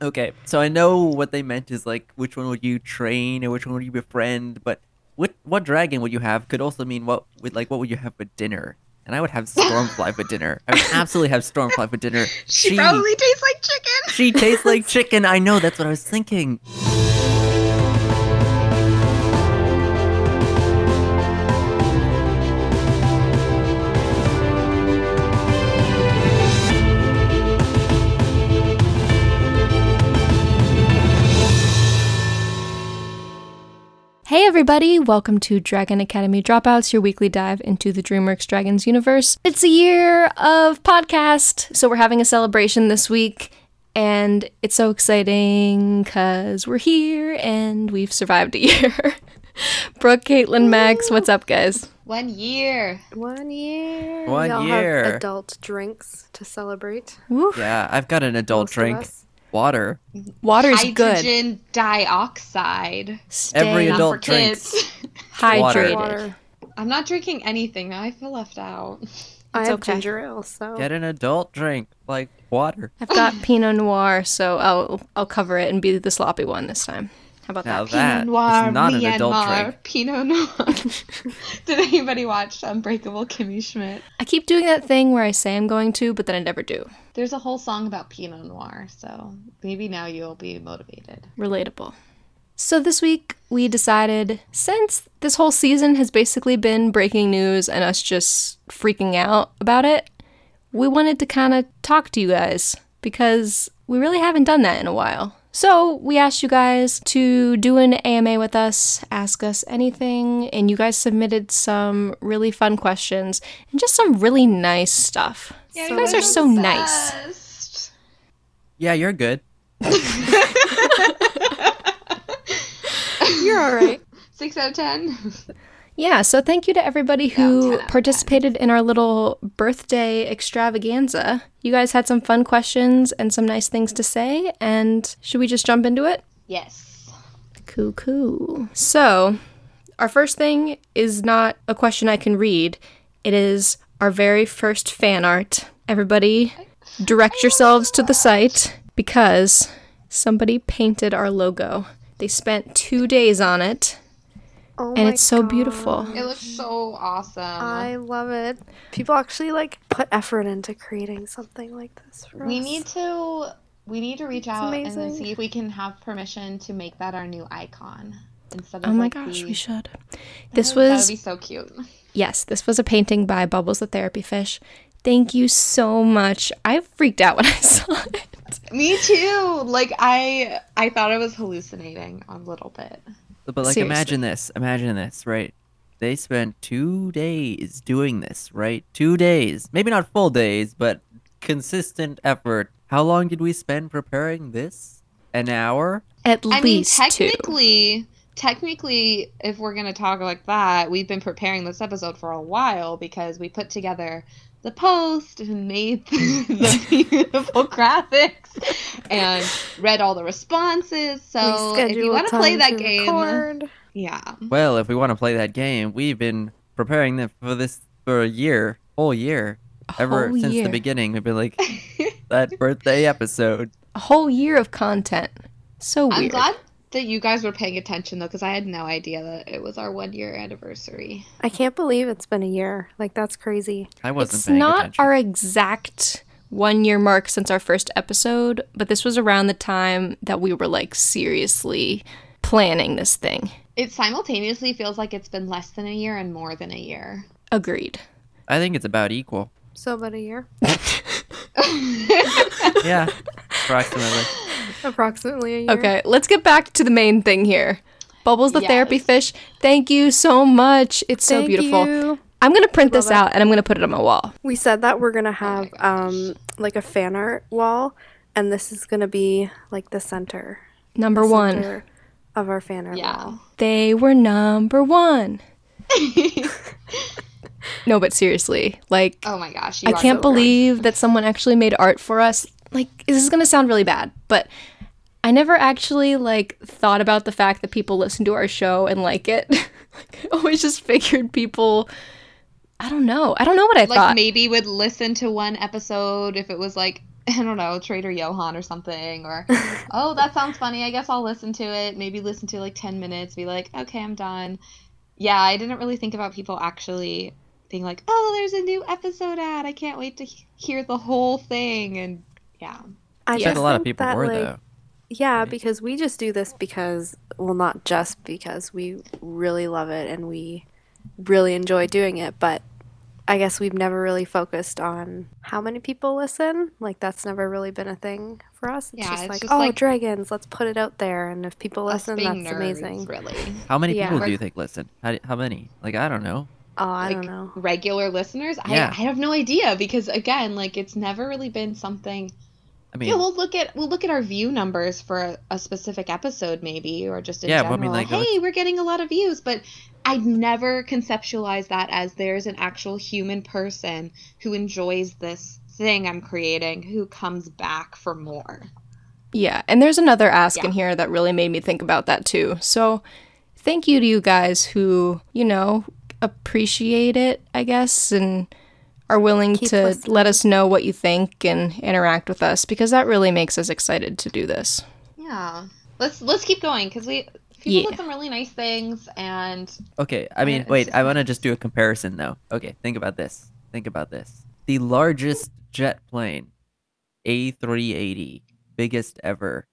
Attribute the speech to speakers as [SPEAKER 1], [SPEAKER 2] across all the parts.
[SPEAKER 1] Okay, so I know what they meant is like which one would you train or which one would you befriend, but what what dragon would you have could also mean what would like what would you have for dinner? And I would have Stormfly for dinner. I would absolutely have Stormfly for dinner.
[SPEAKER 2] She, probably tastes like chicken.
[SPEAKER 1] she tastes like chicken. I know that's what I was thinking.
[SPEAKER 3] Hey everybody, welcome to Dragon Academy Dropouts, your weekly dive into the DreamWorks Dragons universe. It's a year of podcast, so we're having a celebration this week, and it's so exciting because we're here and we've survived a year. Brooke, Caitlin, Max, what's up, guys?
[SPEAKER 2] One year.
[SPEAKER 4] One year.
[SPEAKER 1] One
[SPEAKER 4] we all
[SPEAKER 1] year.
[SPEAKER 4] Have adult drinks to celebrate.
[SPEAKER 1] Yeah, I've got an adult
[SPEAKER 4] Most of
[SPEAKER 1] drink.
[SPEAKER 4] us.
[SPEAKER 1] Water.
[SPEAKER 3] Water's good.
[SPEAKER 2] Hydrogen dioxide.
[SPEAKER 3] Stay
[SPEAKER 1] Every
[SPEAKER 2] Not
[SPEAKER 1] adult
[SPEAKER 2] for
[SPEAKER 1] drinks.
[SPEAKER 2] kids.
[SPEAKER 3] hydrated.
[SPEAKER 4] Water.
[SPEAKER 2] I'm not drinking anything. Now I feel left out.
[SPEAKER 4] I have
[SPEAKER 3] okay.
[SPEAKER 4] ginger ale, so
[SPEAKER 1] Get an adult drink. Like water.
[SPEAKER 3] I've got Pinot Noir, so I'll I'll cover it and be the sloppy one this time. How about
[SPEAKER 1] Now
[SPEAKER 3] that?
[SPEAKER 1] that
[SPEAKER 2] Pinot
[SPEAKER 1] is
[SPEAKER 2] Noir,
[SPEAKER 1] not an
[SPEAKER 2] Myanmar,
[SPEAKER 1] adult drink.
[SPEAKER 2] Pinot Noir. Did anybody watch Unbreakable Kimmy Schmidt?
[SPEAKER 3] I keep doing that thing where I say I'm going to, but then I never do.
[SPEAKER 2] There's a whole song about Pinot Noir, so maybe now you'll be motivated.
[SPEAKER 3] relatable. So this week we decided since this whole season has basically been breaking news and us just freaking out about it, we wanted to kind of talk to you guys because we really haven't done that in a while. So we asked you guys to do an AMA with us, ask us anything, and you guys submitted some really fun questions and just some really nice stuff. you guys are so nice.
[SPEAKER 2] nice.
[SPEAKER 1] Yeah, you're good.
[SPEAKER 4] you're all right.
[SPEAKER 2] Six out of ten.
[SPEAKER 3] Yeah, so thank you to everybody
[SPEAKER 2] Yeah, 10 out
[SPEAKER 3] who
[SPEAKER 2] of 10.
[SPEAKER 3] participated in our little birthday extravaganza. You guys had some fun questions and some nice things to say, and should we just jump into it?
[SPEAKER 2] Yes.
[SPEAKER 3] Cool, cool. So, our first thing is not a question I can read, it is our very first fan art. Everybody, direct yourselves to the site because somebody painted our logo. They spent two days on it,
[SPEAKER 4] Oh
[SPEAKER 3] and
[SPEAKER 4] my
[SPEAKER 3] it's so
[SPEAKER 4] God.
[SPEAKER 3] beautiful.
[SPEAKER 2] It looks so awesome.
[SPEAKER 4] I love it. People actually like put effort into creating something like this for
[SPEAKER 2] we
[SPEAKER 4] us.
[SPEAKER 2] need to we need to reach out and
[SPEAKER 4] amazing.
[SPEAKER 2] see if we can have permission to make that our new icon instead of
[SPEAKER 3] Oh my
[SPEAKER 2] like,
[SPEAKER 3] gosh,
[SPEAKER 2] the-
[SPEAKER 3] we should. This
[SPEAKER 2] that would
[SPEAKER 3] was
[SPEAKER 2] be so cute.
[SPEAKER 3] yes, this was a painting by Bubbles the Therapy Fish. Thank you so much. I freaked out when I saw it.
[SPEAKER 2] Me too. Like I I thought I was hallucinating a little bit.
[SPEAKER 1] But like,
[SPEAKER 3] Seriously.
[SPEAKER 1] imagine this. Imagine this, right? They spent two days doing this, right? Two days, maybe not full days, but consistent effort. How long did we spend preparing this? An hour?
[SPEAKER 3] At
[SPEAKER 2] I mean,
[SPEAKER 3] least two.
[SPEAKER 2] technically, technically, if we're gonna talk like that, we've been preparing this episode for a while because we put together the post and made the beautiful graphics and read all the responses. So if you
[SPEAKER 4] schedule
[SPEAKER 2] want to play
[SPEAKER 4] time
[SPEAKER 2] that
[SPEAKER 4] to
[SPEAKER 2] game,
[SPEAKER 4] record.
[SPEAKER 2] yeah,
[SPEAKER 3] Mm-hmm.
[SPEAKER 1] Well, if we want to play that game, we've been preparing them for this for a year, whole year, ever
[SPEAKER 3] whole
[SPEAKER 1] since
[SPEAKER 3] year.
[SPEAKER 1] the beginning. We've been like that birthday episode.
[SPEAKER 3] A whole year of content. So weird.
[SPEAKER 2] I'm glad that you guys were paying attention though, because I had no idea that it was our one year anniversary.
[SPEAKER 4] I can't believe it's been a year. Like that's crazy.
[SPEAKER 1] I wasn't.
[SPEAKER 3] it's
[SPEAKER 1] paying
[SPEAKER 3] not
[SPEAKER 1] attention.
[SPEAKER 3] our exact one year mark since our first episode, but this was around the time that we were like seriously planning this thing.
[SPEAKER 2] It simultaneously feels like it's been less than a year and more than a year.
[SPEAKER 3] Agreed.
[SPEAKER 1] I think it's about equal.
[SPEAKER 4] So about a year,
[SPEAKER 1] Yeah, approximately.
[SPEAKER 4] approximately a year.
[SPEAKER 3] Okay, let's get back to the main thing here. Bubbles the therapy
[SPEAKER 2] Yes.
[SPEAKER 3] fish. Thank you so much. It's so
[SPEAKER 4] Thank
[SPEAKER 3] beautiful.
[SPEAKER 4] you.
[SPEAKER 3] I'm gonna print this out and I'm gonna put it on my wall.
[SPEAKER 4] We said that we're gonna have um like a fan art wall, and this is gonna be like the center.
[SPEAKER 3] Number one.
[SPEAKER 4] center of our fan art
[SPEAKER 2] Yeah.
[SPEAKER 3] They were number one. no, but seriously, like
[SPEAKER 2] Oh my gosh. You
[SPEAKER 3] I
[SPEAKER 2] are
[SPEAKER 3] can't
[SPEAKER 2] so
[SPEAKER 3] believe that someone actually made art for us. Like this is gonna sound really bad, but I never actually like thought about the fact that people listen to our show and like it. like, I always just figured people. I don't know. I don't know what I
[SPEAKER 2] like
[SPEAKER 3] thought.
[SPEAKER 2] maybe would listen to one episode if it was like I don't know, Trader Johan or something, or oh, that sounds funny. I guess I'll listen to it. Maybe listen to like 10 minutes, be like, okay, I'm done. Yeah, I didn't really think about people actually being like, oh, there's a new episode out. I can't wait to he- hear the whole thing. And yeah.
[SPEAKER 4] I
[SPEAKER 1] I bet a lot of
[SPEAKER 4] think
[SPEAKER 1] people
[SPEAKER 4] that,
[SPEAKER 1] were
[SPEAKER 4] like-
[SPEAKER 1] though.
[SPEAKER 4] Yeah,
[SPEAKER 1] right?
[SPEAKER 4] because we just do this because, well, not just because we really love it and we really enjoy doing it, but I guess we've never really focused on how many people listen. Like, that's never really been a thing for us. It's
[SPEAKER 2] Yeah,
[SPEAKER 4] just
[SPEAKER 2] it's
[SPEAKER 4] like,
[SPEAKER 2] just
[SPEAKER 4] oh,
[SPEAKER 2] like-
[SPEAKER 4] dragons, let's put it out there. And if people
[SPEAKER 2] Us
[SPEAKER 4] listen, that's
[SPEAKER 2] being nerds,
[SPEAKER 4] amazing.
[SPEAKER 2] really.
[SPEAKER 1] How many
[SPEAKER 4] Yeah.
[SPEAKER 1] people do
[SPEAKER 2] Like-
[SPEAKER 1] you think listen? How, how many? Like I don't know.
[SPEAKER 4] Oh, I
[SPEAKER 2] like,
[SPEAKER 4] don't know.
[SPEAKER 2] Regular listeners?
[SPEAKER 1] Yeah.
[SPEAKER 2] I, I have no idea because, again, like it's never really been something
[SPEAKER 1] I mean,
[SPEAKER 2] Yeah, we'll look at we'll look at our view numbers for a, a specific episode, maybe, or just in
[SPEAKER 1] Yeah, well, I
[SPEAKER 2] general.
[SPEAKER 1] mean, like,
[SPEAKER 2] hey, we're getting a lot of views, but I'd never conceptualize that as there's an actual human person who enjoys this thing I'm creating, who comes back for more.
[SPEAKER 3] Yeah, and there's another ask
[SPEAKER 2] Yeah.
[SPEAKER 3] in here that really made me think about that too. So, thank you to you guys who, you know, appreciate it, I guess, and are willing
[SPEAKER 4] Keep
[SPEAKER 3] to
[SPEAKER 4] listening.
[SPEAKER 3] let us know what you think and interact with us because that really makes us excited to do this.
[SPEAKER 2] Yeah, let's let's keep going because we people
[SPEAKER 3] Yeah.
[SPEAKER 2] did some really nice things, and
[SPEAKER 1] Okay, I mean,
[SPEAKER 2] it's
[SPEAKER 1] wait,
[SPEAKER 2] just
[SPEAKER 1] I want to just do a comparison though. Okay, think about this. Think about this. The largest jet plane, A380, biggest ever,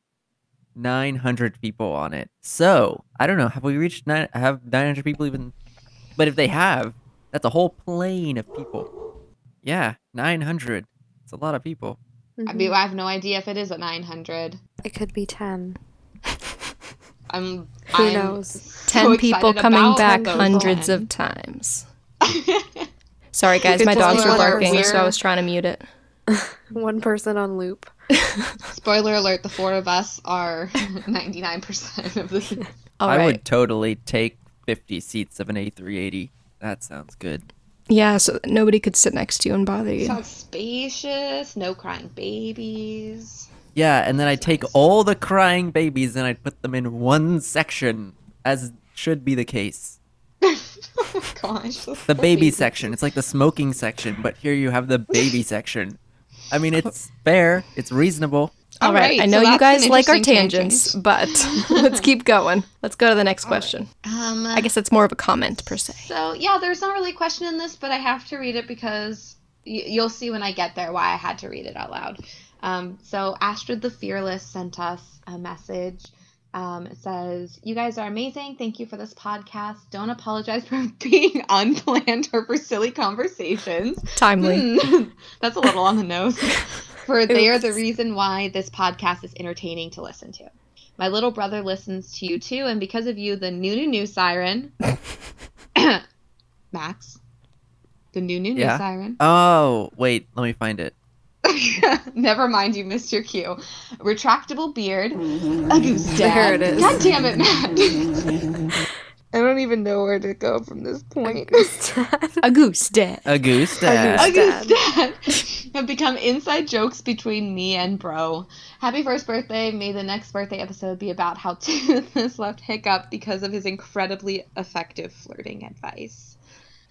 [SPEAKER 1] 900 people on it. So, I don't know, have we reached nine, have 900 people even? But if they have, that's a whole plane of people. Yeah, 900. It's a lot of people.
[SPEAKER 2] I
[SPEAKER 3] Mm-hmm.
[SPEAKER 2] mean, I have no idea if it is at nine hundred.
[SPEAKER 4] Mm-hmm. It could be 10.
[SPEAKER 2] I'm
[SPEAKER 4] Who
[SPEAKER 2] I'm
[SPEAKER 4] knows?
[SPEAKER 2] so
[SPEAKER 3] 10 people
[SPEAKER 2] excited
[SPEAKER 3] coming
[SPEAKER 2] about
[SPEAKER 3] back
[SPEAKER 2] those
[SPEAKER 3] hundreds
[SPEAKER 2] 10.
[SPEAKER 3] of times. Sorry guys,
[SPEAKER 4] could
[SPEAKER 3] my
[SPEAKER 4] just
[SPEAKER 3] dogs
[SPEAKER 4] be
[SPEAKER 3] were
[SPEAKER 4] one of our
[SPEAKER 3] barking, so I
[SPEAKER 2] weird-
[SPEAKER 3] was trying to mute it.
[SPEAKER 4] One person on loop.
[SPEAKER 2] Spoiler alert, the four of us are 99% of the.
[SPEAKER 3] All
[SPEAKER 1] I
[SPEAKER 3] right.
[SPEAKER 1] would totally take 50 seats of an A380. That sounds good.
[SPEAKER 3] Yeah, so that nobody could sit next to you and bother you.
[SPEAKER 2] Sounds spacious, no crying babies.
[SPEAKER 1] Yeah, and then I take all the crying babies and I put them in one section, as should be the case.
[SPEAKER 2] Oh my gosh.
[SPEAKER 1] The baby section. It's like the smoking section, but here you have the baby section. I mean, it's fair, it's reasonable.
[SPEAKER 3] All right, I
[SPEAKER 2] so
[SPEAKER 3] know you
[SPEAKER 2] that's an
[SPEAKER 3] guys like our
[SPEAKER 2] interesting
[SPEAKER 3] tangents,
[SPEAKER 2] tangent.
[SPEAKER 3] but let's keep going. Let's go to the next question.
[SPEAKER 2] Um,
[SPEAKER 3] I guess it's more of a comment per se.
[SPEAKER 2] So, yeah, there's not really a question in this, but I have to read it because y- you'll see when I get there why I had to read it out loud. Um, so, Astrid the Fearless sent us a message. Um, it says, You guys are amazing. Thank you for this podcast. Don't apologize for being unplanned or for silly conversations.
[SPEAKER 3] Timely.
[SPEAKER 2] Hmm. That's a little on the nose. For they are the reason why this podcast is entertaining to listen to. My little brother listens to you too, and because of you, the new new new siren, Max, the new new new
[SPEAKER 1] Yeah.
[SPEAKER 2] siren.
[SPEAKER 1] Oh, wait, let me find it.
[SPEAKER 2] Never mind, you missed your cue. Retractable beard, a goose dad.
[SPEAKER 4] There it is.
[SPEAKER 2] God damn it, Matt. I don't even know where to go from this point.
[SPEAKER 3] A goose dead.
[SPEAKER 1] A goose dad.
[SPEAKER 4] goose-
[SPEAKER 2] Against dad. have become inside jokes between me and bro. Happy first birthday. May the next birthday episode be about how Toothless left Hiccup because of his incredibly effective flirting advice.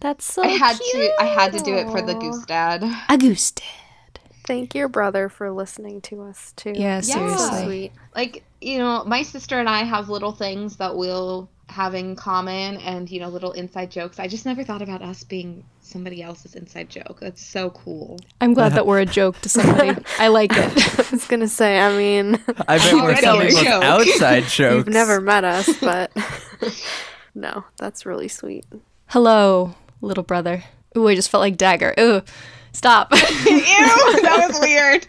[SPEAKER 3] That's so
[SPEAKER 2] I had to I had to do it for the goose dad.
[SPEAKER 3] A goose dead.
[SPEAKER 4] Thank your brother for listening to us, too.
[SPEAKER 3] Yeah, seriously.
[SPEAKER 4] So sweet.
[SPEAKER 2] Like, you know, my sister and I have little things that we'll have in common and, you know, little inside jokes. I just never thought about us being somebody else's inside joke. That's so cool.
[SPEAKER 3] I'm glad that we're a joke to somebody. I like it.
[SPEAKER 4] I was going to say, I mean.
[SPEAKER 1] I bet we're
[SPEAKER 2] Already
[SPEAKER 1] some
[SPEAKER 2] a
[SPEAKER 1] people's
[SPEAKER 2] joke.
[SPEAKER 1] outside jokes.
[SPEAKER 4] You've never met us, but no, that's really sweet.
[SPEAKER 3] Hello, little brother. Ooh, I just felt like dagger. Ooh, stop.
[SPEAKER 2] Ew, that was weird.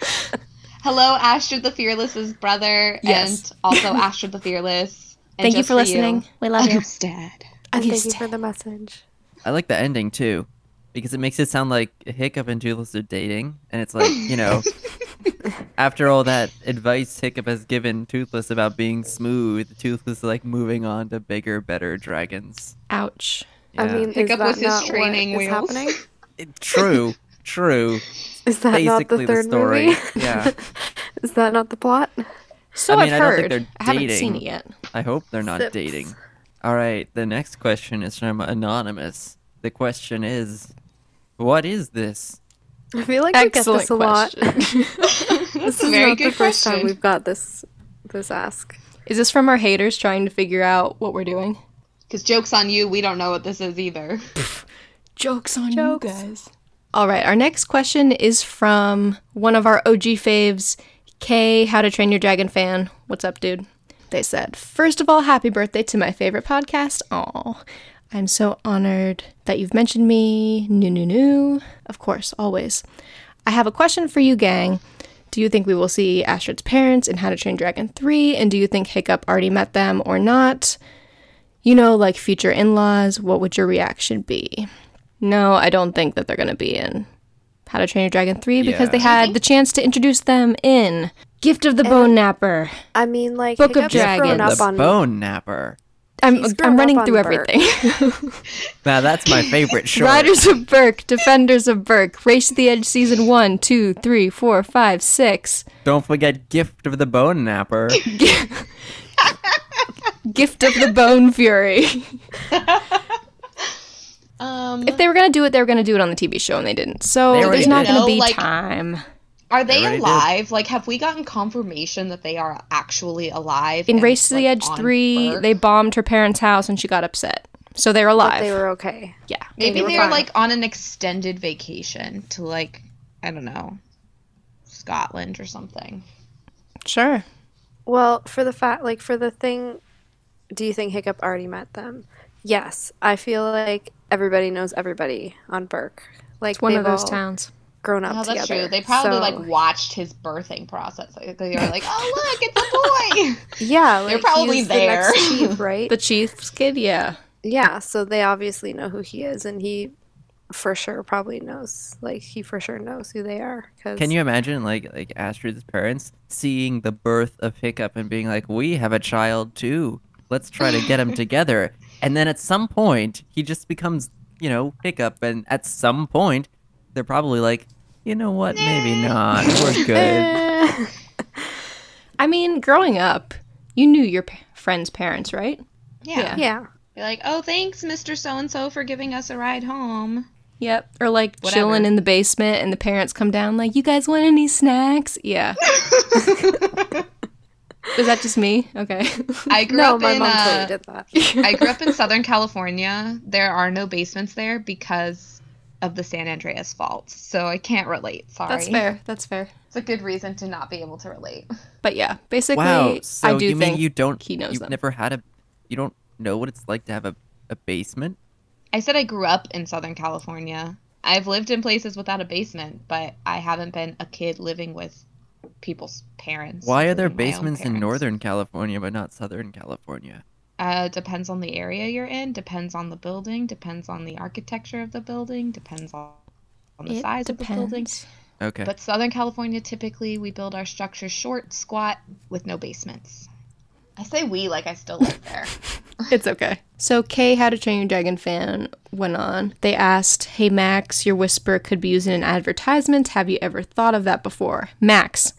[SPEAKER 2] Hello, Astrid the Fearless's brother,
[SPEAKER 3] Yes.
[SPEAKER 2] and also Astrid the Fearless. And
[SPEAKER 3] Thank you
[SPEAKER 2] just
[SPEAKER 3] for listening. We love you.
[SPEAKER 2] Thanks, Dad.
[SPEAKER 4] And
[SPEAKER 3] you,
[SPEAKER 4] thank you for the message.
[SPEAKER 1] I like the ending too, because it makes it sound like Hiccup and Toothless are dating, and it's like you know, after all that advice Hiccup has given Toothless about being smooth, Toothless is like moving on to bigger, better dragons.
[SPEAKER 3] Ouch.
[SPEAKER 4] I
[SPEAKER 1] Yeah.
[SPEAKER 4] mean,
[SPEAKER 2] Pick
[SPEAKER 4] is
[SPEAKER 2] up
[SPEAKER 4] that
[SPEAKER 2] with his
[SPEAKER 4] not
[SPEAKER 2] training
[SPEAKER 4] what is
[SPEAKER 2] wheels.
[SPEAKER 4] happening?
[SPEAKER 1] It- true, true.
[SPEAKER 4] Is that not the
[SPEAKER 1] basically the,
[SPEAKER 4] third
[SPEAKER 1] story.
[SPEAKER 4] movie?
[SPEAKER 1] yeah,
[SPEAKER 4] Is that not the plot?
[SPEAKER 3] So
[SPEAKER 1] I
[SPEAKER 3] I
[SPEAKER 1] mean, I
[SPEAKER 3] have
[SPEAKER 1] don't
[SPEAKER 3] heard.
[SPEAKER 1] think they're
[SPEAKER 3] I haven't
[SPEAKER 1] dating.
[SPEAKER 3] seen it yet.
[SPEAKER 1] I hope they're not
[SPEAKER 4] Sips.
[SPEAKER 1] dating. All right, the next question is from anonymous. The question is, what is this?
[SPEAKER 4] I feel like we get
[SPEAKER 3] Excellent
[SPEAKER 4] this a lot.
[SPEAKER 3] question.
[SPEAKER 2] That's
[SPEAKER 4] this
[SPEAKER 2] a
[SPEAKER 4] is
[SPEAKER 2] very
[SPEAKER 4] not
[SPEAKER 2] good
[SPEAKER 4] the first
[SPEAKER 2] question.
[SPEAKER 4] time we've got this this ask.
[SPEAKER 3] Is this from our haters trying to figure out what we're doing?
[SPEAKER 2] Because joke's on you, we don't know what this is either.
[SPEAKER 3] Jokes on you guys. All right, our next question is from one of our OG faves, K, How to Train Your Dragon fan. What's up, dude? They said, First of all, happy birthday to my favorite podcast. Aw, I'm so honored that you've mentioned me. No, no, no. Of course, always. I have a question for you, gang. Do you think we will see Astrid's parents in How to Train Dragon 3? And do you think Hiccup already met them or not? you know, like future in laws, what would your reaction be? No, I don't think that they're going to be in How to Train Your Dragon 3 because they had the chance to introduce them in Gift of the Bone Napper.
[SPEAKER 4] I mean, like
[SPEAKER 3] Book of
[SPEAKER 4] Hiccup's grown
[SPEAKER 3] Dragons.
[SPEAKER 4] up
[SPEAKER 1] the
[SPEAKER 4] on
[SPEAKER 1] bone napper.
[SPEAKER 3] I'm,
[SPEAKER 4] He's grown
[SPEAKER 3] I'm
[SPEAKER 4] up
[SPEAKER 3] running
[SPEAKER 4] on
[SPEAKER 3] through
[SPEAKER 4] Bert.
[SPEAKER 3] everything.
[SPEAKER 1] Now that's my favorite short.
[SPEAKER 3] Riders of Burke, Defenders of Burke, Race to the Edge Season 1, 2, 3, 4, 5, 6,
[SPEAKER 1] Don't forget gift of the bone napper.
[SPEAKER 3] Gift of the Bone Fury.
[SPEAKER 2] Um,
[SPEAKER 3] if they were going to do it, they were going to do it on the TV show and they didn't.
[SPEAKER 1] They
[SPEAKER 3] So
[SPEAKER 1] already
[SPEAKER 3] there's not
[SPEAKER 2] did.
[SPEAKER 3] going to
[SPEAKER 2] No,
[SPEAKER 3] be
[SPEAKER 2] like-
[SPEAKER 3] time.
[SPEAKER 2] are they
[SPEAKER 1] already did.
[SPEAKER 2] alive? Like, have we gotten confirmation that they are actually alive?
[SPEAKER 3] In
[SPEAKER 2] and,
[SPEAKER 3] Race to the
[SPEAKER 2] like,
[SPEAKER 3] Edge
[SPEAKER 2] on
[SPEAKER 3] 3,
[SPEAKER 2] Burke?
[SPEAKER 3] they bombed her parents' house and she got upset. So they're alive.
[SPEAKER 4] But they were okay.
[SPEAKER 3] yeah.
[SPEAKER 2] maybe
[SPEAKER 4] were
[SPEAKER 2] they are
[SPEAKER 4] fine.
[SPEAKER 2] like on an extended vacation to like I don't know Scotland or something.
[SPEAKER 3] Sure.
[SPEAKER 4] Well, for the fact, like for the thing, do you think Hiccup already met them? Yes, I feel like everybody knows everybody on Burke. Like
[SPEAKER 3] It's one
[SPEAKER 4] they've
[SPEAKER 3] of those
[SPEAKER 4] all
[SPEAKER 3] towns.
[SPEAKER 4] grown up
[SPEAKER 2] No, that's true.
[SPEAKER 4] together.
[SPEAKER 2] They probably
[SPEAKER 4] So,
[SPEAKER 2] like watched his birthing process. Like, they were like, "Oh look, it's a boy."
[SPEAKER 4] yeah, like,
[SPEAKER 2] they're probably
[SPEAKER 4] he's the next
[SPEAKER 2] there.
[SPEAKER 4] chief, right?
[SPEAKER 3] The chief's kid, yeah.
[SPEAKER 4] yeah, so they obviously know who he is, and he for sure probably knows. Like he for sure knows who they are. 'cause-
[SPEAKER 1] Can you imagine like like Astrid's parents seeing the birth of Hiccup and being like, "We have a child too. Let's try to get him together." And then at some point, he just becomes, you know, Hiccup and at some point, they're probably like, "You know what? Maybe not. We're good."
[SPEAKER 4] Eh.
[SPEAKER 3] I mean, growing up, you knew your pa- friend's parents, right?
[SPEAKER 2] Yeah.
[SPEAKER 3] Yeah.
[SPEAKER 4] yeah.
[SPEAKER 2] You're like, "Oh, thanks, Mr. So and So, for giving us a ride home."
[SPEAKER 3] Yep. Or like
[SPEAKER 2] Whatever.
[SPEAKER 3] chilling in the basement and the parents come down like, "You guys want any snacks?" Yeah. Is that just me? Okay.
[SPEAKER 2] I grew
[SPEAKER 4] No,
[SPEAKER 2] up
[SPEAKER 4] my
[SPEAKER 2] in
[SPEAKER 4] mom
[SPEAKER 2] uh,
[SPEAKER 4] totally did that.
[SPEAKER 2] I grew up in Southern California. There are no basements there because of the San Andreas Fault, so I can't relate. Sorry,
[SPEAKER 3] That's fair. That's fair.
[SPEAKER 2] It's a good reason to not be able to relate.
[SPEAKER 3] But yeah, basically,
[SPEAKER 1] wow. So
[SPEAKER 3] I do
[SPEAKER 1] you
[SPEAKER 3] think
[SPEAKER 1] mean you don't
[SPEAKER 3] he knows
[SPEAKER 1] you've
[SPEAKER 3] them.
[SPEAKER 1] never had a you don't know what it's like to have a, a basement?
[SPEAKER 2] I said I grew up in Southern California. I've lived in places without a basement, but I haven't been a kid living with people's parents.
[SPEAKER 1] Why are there
[SPEAKER 2] including my own
[SPEAKER 1] basements in
[SPEAKER 2] parents.
[SPEAKER 1] Northern California but not Southern California?
[SPEAKER 2] Uh, depends on the area you're in. Depends on the building. Depends on the architecture of the building. Depends on on the
[SPEAKER 3] It
[SPEAKER 2] size of the building.
[SPEAKER 3] depends.
[SPEAKER 1] Okay.
[SPEAKER 2] But Southern California, typically, we build our structures short, squat, with no basements. I say we like I still live there.
[SPEAKER 3] It's okay. So Kay, How to Train Your Dragon fan, went on. They asked, "Hey Max, your whisper could be used in an advertisement. Have you ever thought of that before, Max?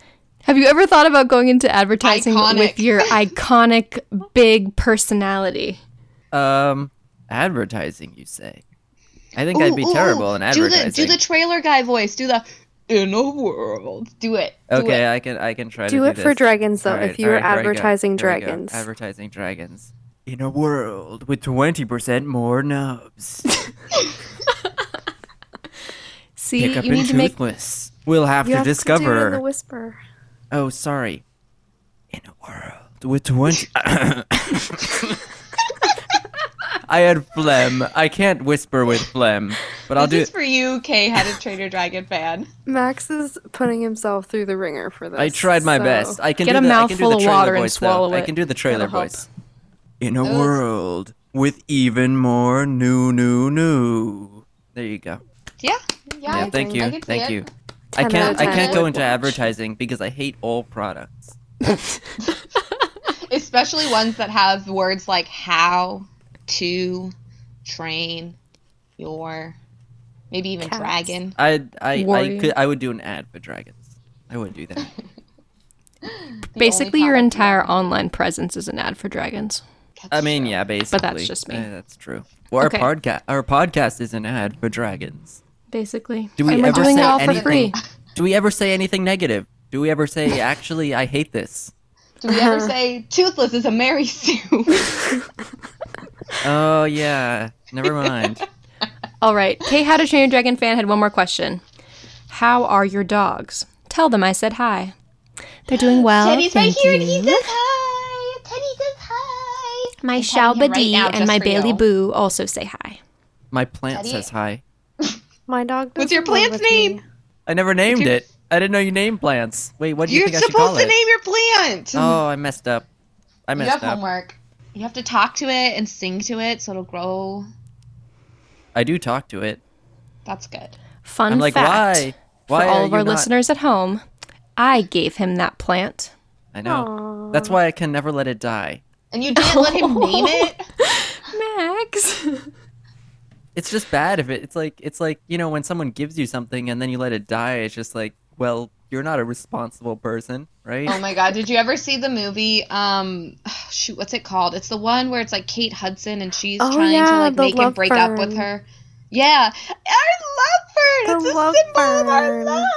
[SPEAKER 3] Have you ever thought about going into advertising
[SPEAKER 2] Iconic.
[SPEAKER 3] with your iconic big personality?"
[SPEAKER 1] Um, advertising, you say? I think I'd be
[SPEAKER 2] Ooh, ooh,
[SPEAKER 1] terrible
[SPEAKER 2] ooh.
[SPEAKER 1] in advertising.
[SPEAKER 2] Do the do the trailer guy voice. Do the in a world. Do it. Do
[SPEAKER 1] okay,
[SPEAKER 2] It.
[SPEAKER 1] I can I can try to
[SPEAKER 4] Do it for
[SPEAKER 1] this.
[SPEAKER 4] dragons though.
[SPEAKER 1] All right,
[SPEAKER 4] if you
[SPEAKER 1] all
[SPEAKER 4] were
[SPEAKER 1] right, here I go,
[SPEAKER 4] advertising
[SPEAKER 1] here I go,
[SPEAKER 4] dragons,
[SPEAKER 1] Advertising dragons. In a world with twenty percent more nubs,
[SPEAKER 3] See,
[SPEAKER 1] pick up
[SPEAKER 3] you
[SPEAKER 1] and
[SPEAKER 3] need to make
[SPEAKER 1] toothless. We'll have
[SPEAKER 4] you
[SPEAKER 1] to
[SPEAKER 4] have to do it in
[SPEAKER 1] discover.
[SPEAKER 4] the whisper.
[SPEAKER 1] oh, sorry. In a world with twenty. I had phlegm. I can't whisper with phlegm, but I'll
[SPEAKER 2] this is
[SPEAKER 1] do.
[SPEAKER 2] for you, K, head of Trader Dragon fan.
[SPEAKER 4] Max is putting himself through the ringer for this.
[SPEAKER 1] I tried my
[SPEAKER 4] so-
[SPEAKER 1] best. I can
[SPEAKER 3] Get
[SPEAKER 1] do
[SPEAKER 3] a
[SPEAKER 1] the,
[SPEAKER 3] mouthful
[SPEAKER 1] I can do the
[SPEAKER 3] of
[SPEAKER 1] trailer
[SPEAKER 3] water and
[SPEAKER 1] voice, though.
[SPEAKER 3] swallow
[SPEAKER 1] I
[SPEAKER 3] it.
[SPEAKER 1] can do the trailer
[SPEAKER 3] That'll help.
[SPEAKER 1] voice. In a
[SPEAKER 2] Those-
[SPEAKER 1] world with even more new, new, new. There you go.
[SPEAKER 2] Yeah. Yeah.
[SPEAKER 1] Yeah,
[SPEAKER 2] I
[SPEAKER 1] thank
[SPEAKER 2] can- I
[SPEAKER 1] you,
[SPEAKER 2] can see
[SPEAKER 1] thank
[SPEAKER 2] it.
[SPEAKER 1] you. I
[SPEAKER 4] 10
[SPEAKER 1] can't.
[SPEAKER 4] out
[SPEAKER 1] I
[SPEAKER 4] of
[SPEAKER 1] can't
[SPEAKER 4] 10.
[SPEAKER 1] go into
[SPEAKER 4] Watch.
[SPEAKER 1] advertising because I hate all products.
[SPEAKER 2] Especially ones that have words like how to train your maybe even
[SPEAKER 4] Cats.
[SPEAKER 2] dragon.
[SPEAKER 1] I I I,
[SPEAKER 3] Warrior.
[SPEAKER 1] could, I would do an ad for dragons. I would do that.
[SPEAKER 2] The
[SPEAKER 3] basically
[SPEAKER 2] only
[SPEAKER 3] your
[SPEAKER 2] product you
[SPEAKER 3] entire
[SPEAKER 2] own.
[SPEAKER 3] online presence is an ad for dragons.
[SPEAKER 1] I mean, yeah, basically.
[SPEAKER 3] that's just me.
[SPEAKER 1] Yeah, that's true. Well,
[SPEAKER 3] Okay.
[SPEAKER 1] Our podcast. Our podcast is an ad for dragons.
[SPEAKER 3] basically.
[SPEAKER 1] Do we
[SPEAKER 3] and we're
[SPEAKER 1] ever
[SPEAKER 3] doing
[SPEAKER 1] say
[SPEAKER 3] it all for
[SPEAKER 1] anything?
[SPEAKER 3] free.
[SPEAKER 1] Do we ever say anything negative? Do we ever say, actually, I hate this?
[SPEAKER 2] Do we ever say toothless is a Mary Sue?
[SPEAKER 1] Oh, yeah. Never mind.
[SPEAKER 3] All right. Kay, How to Train Your Dragon fan had one more question. How are your dogs? Tell them I said hi. They're doing well.
[SPEAKER 2] Teddy's right
[SPEAKER 3] thank
[SPEAKER 2] here
[SPEAKER 3] you.
[SPEAKER 2] and he says hi. Teddy says hi.
[SPEAKER 3] my
[SPEAKER 2] e- I'm telling him
[SPEAKER 3] Shalba
[SPEAKER 2] right
[SPEAKER 3] Dee
[SPEAKER 2] now
[SPEAKER 3] and
[SPEAKER 2] just
[SPEAKER 3] my
[SPEAKER 2] for
[SPEAKER 3] Bailey
[SPEAKER 2] you.
[SPEAKER 3] Boo also say hi.
[SPEAKER 1] My plant
[SPEAKER 2] Teddy?
[SPEAKER 1] says hi.
[SPEAKER 4] My dog.
[SPEAKER 2] What's your
[SPEAKER 4] doesn't live
[SPEAKER 2] plant's
[SPEAKER 4] with me.
[SPEAKER 2] name?
[SPEAKER 1] I never named
[SPEAKER 2] your-
[SPEAKER 1] it. I didn't know you named plants. Wait, what do you
[SPEAKER 2] You're
[SPEAKER 1] think I should call
[SPEAKER 2] supposed
[SPEAKER 1] it?
[SPEAKER 2] to name your plant.
[SPEAKER 1] oh, I messed up. I
[SPEAKER 2] you
[SPEAKER 1] messed
[SPEAKER 2] have
[SPEAKER 1] up.
[SPEAKER 2] homework. You have to talk to it and sing to it so it'll grow.
[SPEAKER 1] I do talk to it.
[SPEAKER 2] That's good.
[SPEAKER 3] Fun
[SPEAKER 1] I'm like,
[SPEAKER 3] fact
[SPEAKER 1] why? Why are
[SPEAKER 3] for all of
[SPEAKER 1] you
[SPEAKER 3] our
[SPEAKER 1] not-"
[SPEAKER 3] listeners at home, I gave him that plant.
[SPEAKER 1] I know. That's why I can never let it die.
[SPEAKER 2] And you didn't let him name it?
[SPEAKER 3] Max.
[SPEAKER 1] It's just bad if it. It's like it's like you know when someone gives you something and then you let it die. It's just like, well, you're not a responsible person, right?
[SPEAKER 2] Oh my god, did you ever see the movie? Um shoot, what's it called? It's the one where it's like Kate Hudson and she's
[SPEAKER 4] Oh,
[SPEAKER 2] trying to
[SPEAKER 4] yeah,
[SPEAKER 2] like
[SPEAKER 4] the
[SPEAKER 2] make him
[SPEAKER 4] love
[SPEAKER 2] break up with
[SPEAKER 4] burn.
[SPEAKER 2] her. Yeah. Our love burn!
[SPEAKER 4] The
[SPEAKER 2] it's a
[SPEAKER 4] love
[SPEAKER 2] symbol of our
[SPEAKER 4] burn.
[SPEAKER 2] love.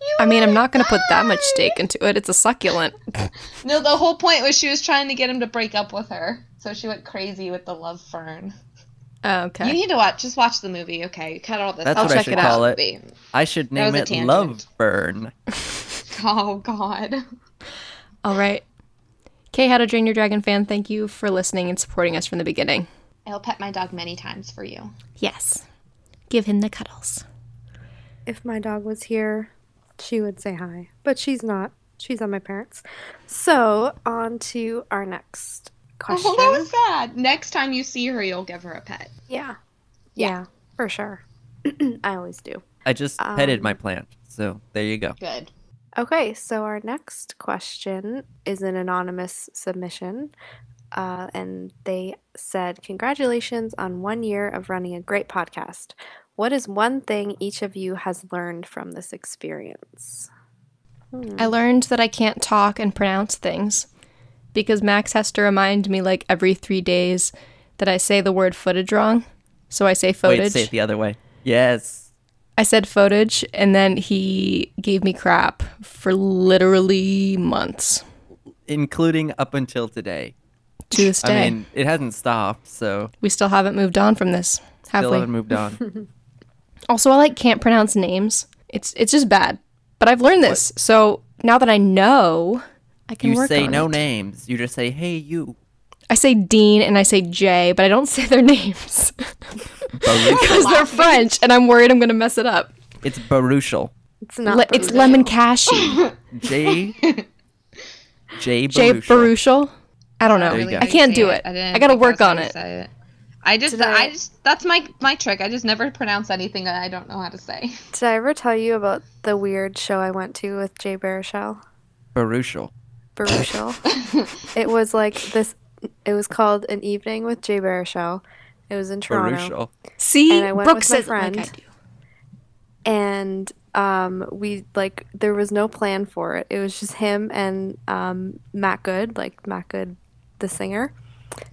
[SPEAKER 2] You
[SPEAKER 3] I mean, I'm
[SPEAKER 2] let
[SPEAKER 3] not
[SPEAKER 2] it
[SPEAKER 3] going to put that much
[SPEAKER 2] die.
[SPEAKER 3] stake into it. It's a succulent.
[SPEAKER 2] No, the whole point was she was trying to get him to break up with her. So she went crazy with the love fern. You
[SPEAKER 3] Okay.
[SPEAKER 2] need to watch just watch the movie, okay? Cut all this.
[SPEAKER 1] That's
[SPEAKER 2] out.
[SPEAKER 1] what I
[SPEAKER 2] Just
[SPEAKER 1] should
[SPEAKER 2] watch
[SPEAKER 1] call
[SPEAKER 2] the
[SPEAKER 1] it.
[SPEAKER 2] movie.
[SPEAKER 1] I should
[SPEAKER 2] was
[SPEAKER 1] name
[SPEAKER 2] a
[SPEAKER 1] it
[SPEAKER 2] tangent.
[SPEAKER 1] Love Burn.
[SPEAKER 2] Oh god.
[SPEAKER 3] All right. Kay, How to Drain Your Dragon fan, thank you for listening and supporting us from the beginning.
[SPEAKER 2] I'll pet my dog many times for you.
[SPEAKER 3] Yes. Give him the cuddles.
[SPEAKER 4] If my dog was here, she would say hi, but she's not. She's on my parents. So on to our next question.
[SPEAKER 2] Oh, that was sad. Next time you see her, you'll give her a pet.
[SPEAKER 4] yeah. yeah, for sure. I always do.
[SPEAKER 1] I just petted
[SPEAKER 4] Um,
[SPEAKER 1] my plant, so there you go.
[SPEAKER 2] Good.
[SPEAKER 4] Okay, so our next question is an anonymous submission. Uh, and they said, Congratulations on one year of running a great podcast. What is one thing each of you has learned from this experience?
[SPEAKER 3] I learned that I can't talk and pronounce things because Max has to remind me like every three days that I say the word footage wrong. So I say footage.
[SPEAKER 1] Wait, say it the other way. Yes.
[SPEAKER 3] I said footage, and then he gave me crap for literally months
[SPEAKER 1] Including up until today.
[SPEAKER 3] to this day.
[SPEAKER 1] I mean, it hasn't stopped, so
[SPEAKER 3] we still haven't moved on from this, have
[SPEAKER 1] still
[SPEAKER 3] we?
[SPEAKER 1] haven't moved on.
[SPEAKER 3] Also, I like can't pronounce names. It's it's just bad. But I've learned this, so now that I know, I can
[SPEAKER 1] you
[SPEAKER 3] work
[SPEAKER 1] say
[SPEAKER 3] on
[SPEAKER 1] no
[SPEAKER 3] it.
[SPEAKER 1] names. You just say, "Hey, you."
[SPEAKER 3] I say Dean and I say Jay, but I don't say their names because they're French, and I'm worried I'm going to mess it up.
[SPEAKER 1] It's Baruchel.
[SPEAKER 4] It's not.
[SPEAKER 3] Le- it's lemon cashy.
[SPEAKER 1] J. J.
[SPEAKER 3] Jay
[SPEAKER 1] Baruchel.
[SPEAKER 3] Baruchel. I don't know.
[SPEAKER 1] There you go.
[SPEAKER 3] I can't do it. I,
[SPEAKER 2] didn't
[SPEAKER 3] got to
[SPEAKER 2] think that's
[SPEAKER 3] work
[SPEAKER 2] how
[SPEAKER 3] on
[SPEAKER 2] you
[SPEAKER 3] it.
[SPEAKER 2] say I just,
[SPEAKER 4] Did I-
[SPEAKER 2] I just, that's my my trick. I just never pronounce anything that I don't know how to say.
[SPEAKER 4] Did I ever tell you about the weird show I went to with Jay Baruchel?
[SPEAKER 1] Baruchel.
[SPEAKER 4] Baruchel. it was like this. It was called An Evening with Jay Baruchel. It was in
[SPEAKER 1] Baruchel.
[SPEAKER 4] Toronto.
[SPEAKER 3] See,
[SPEAKER 4] And I went
[SPEAKER 3] Brooke
[SPEAKER 4] with my
[SPEAKER 3] says like I
[SPEAKER 4] friend.
[SPEAKER 3] do.
[SPEAKER 4] and um, we like there was no plan for it. It was just him and um, Matt Good, like Matt Good, the singer.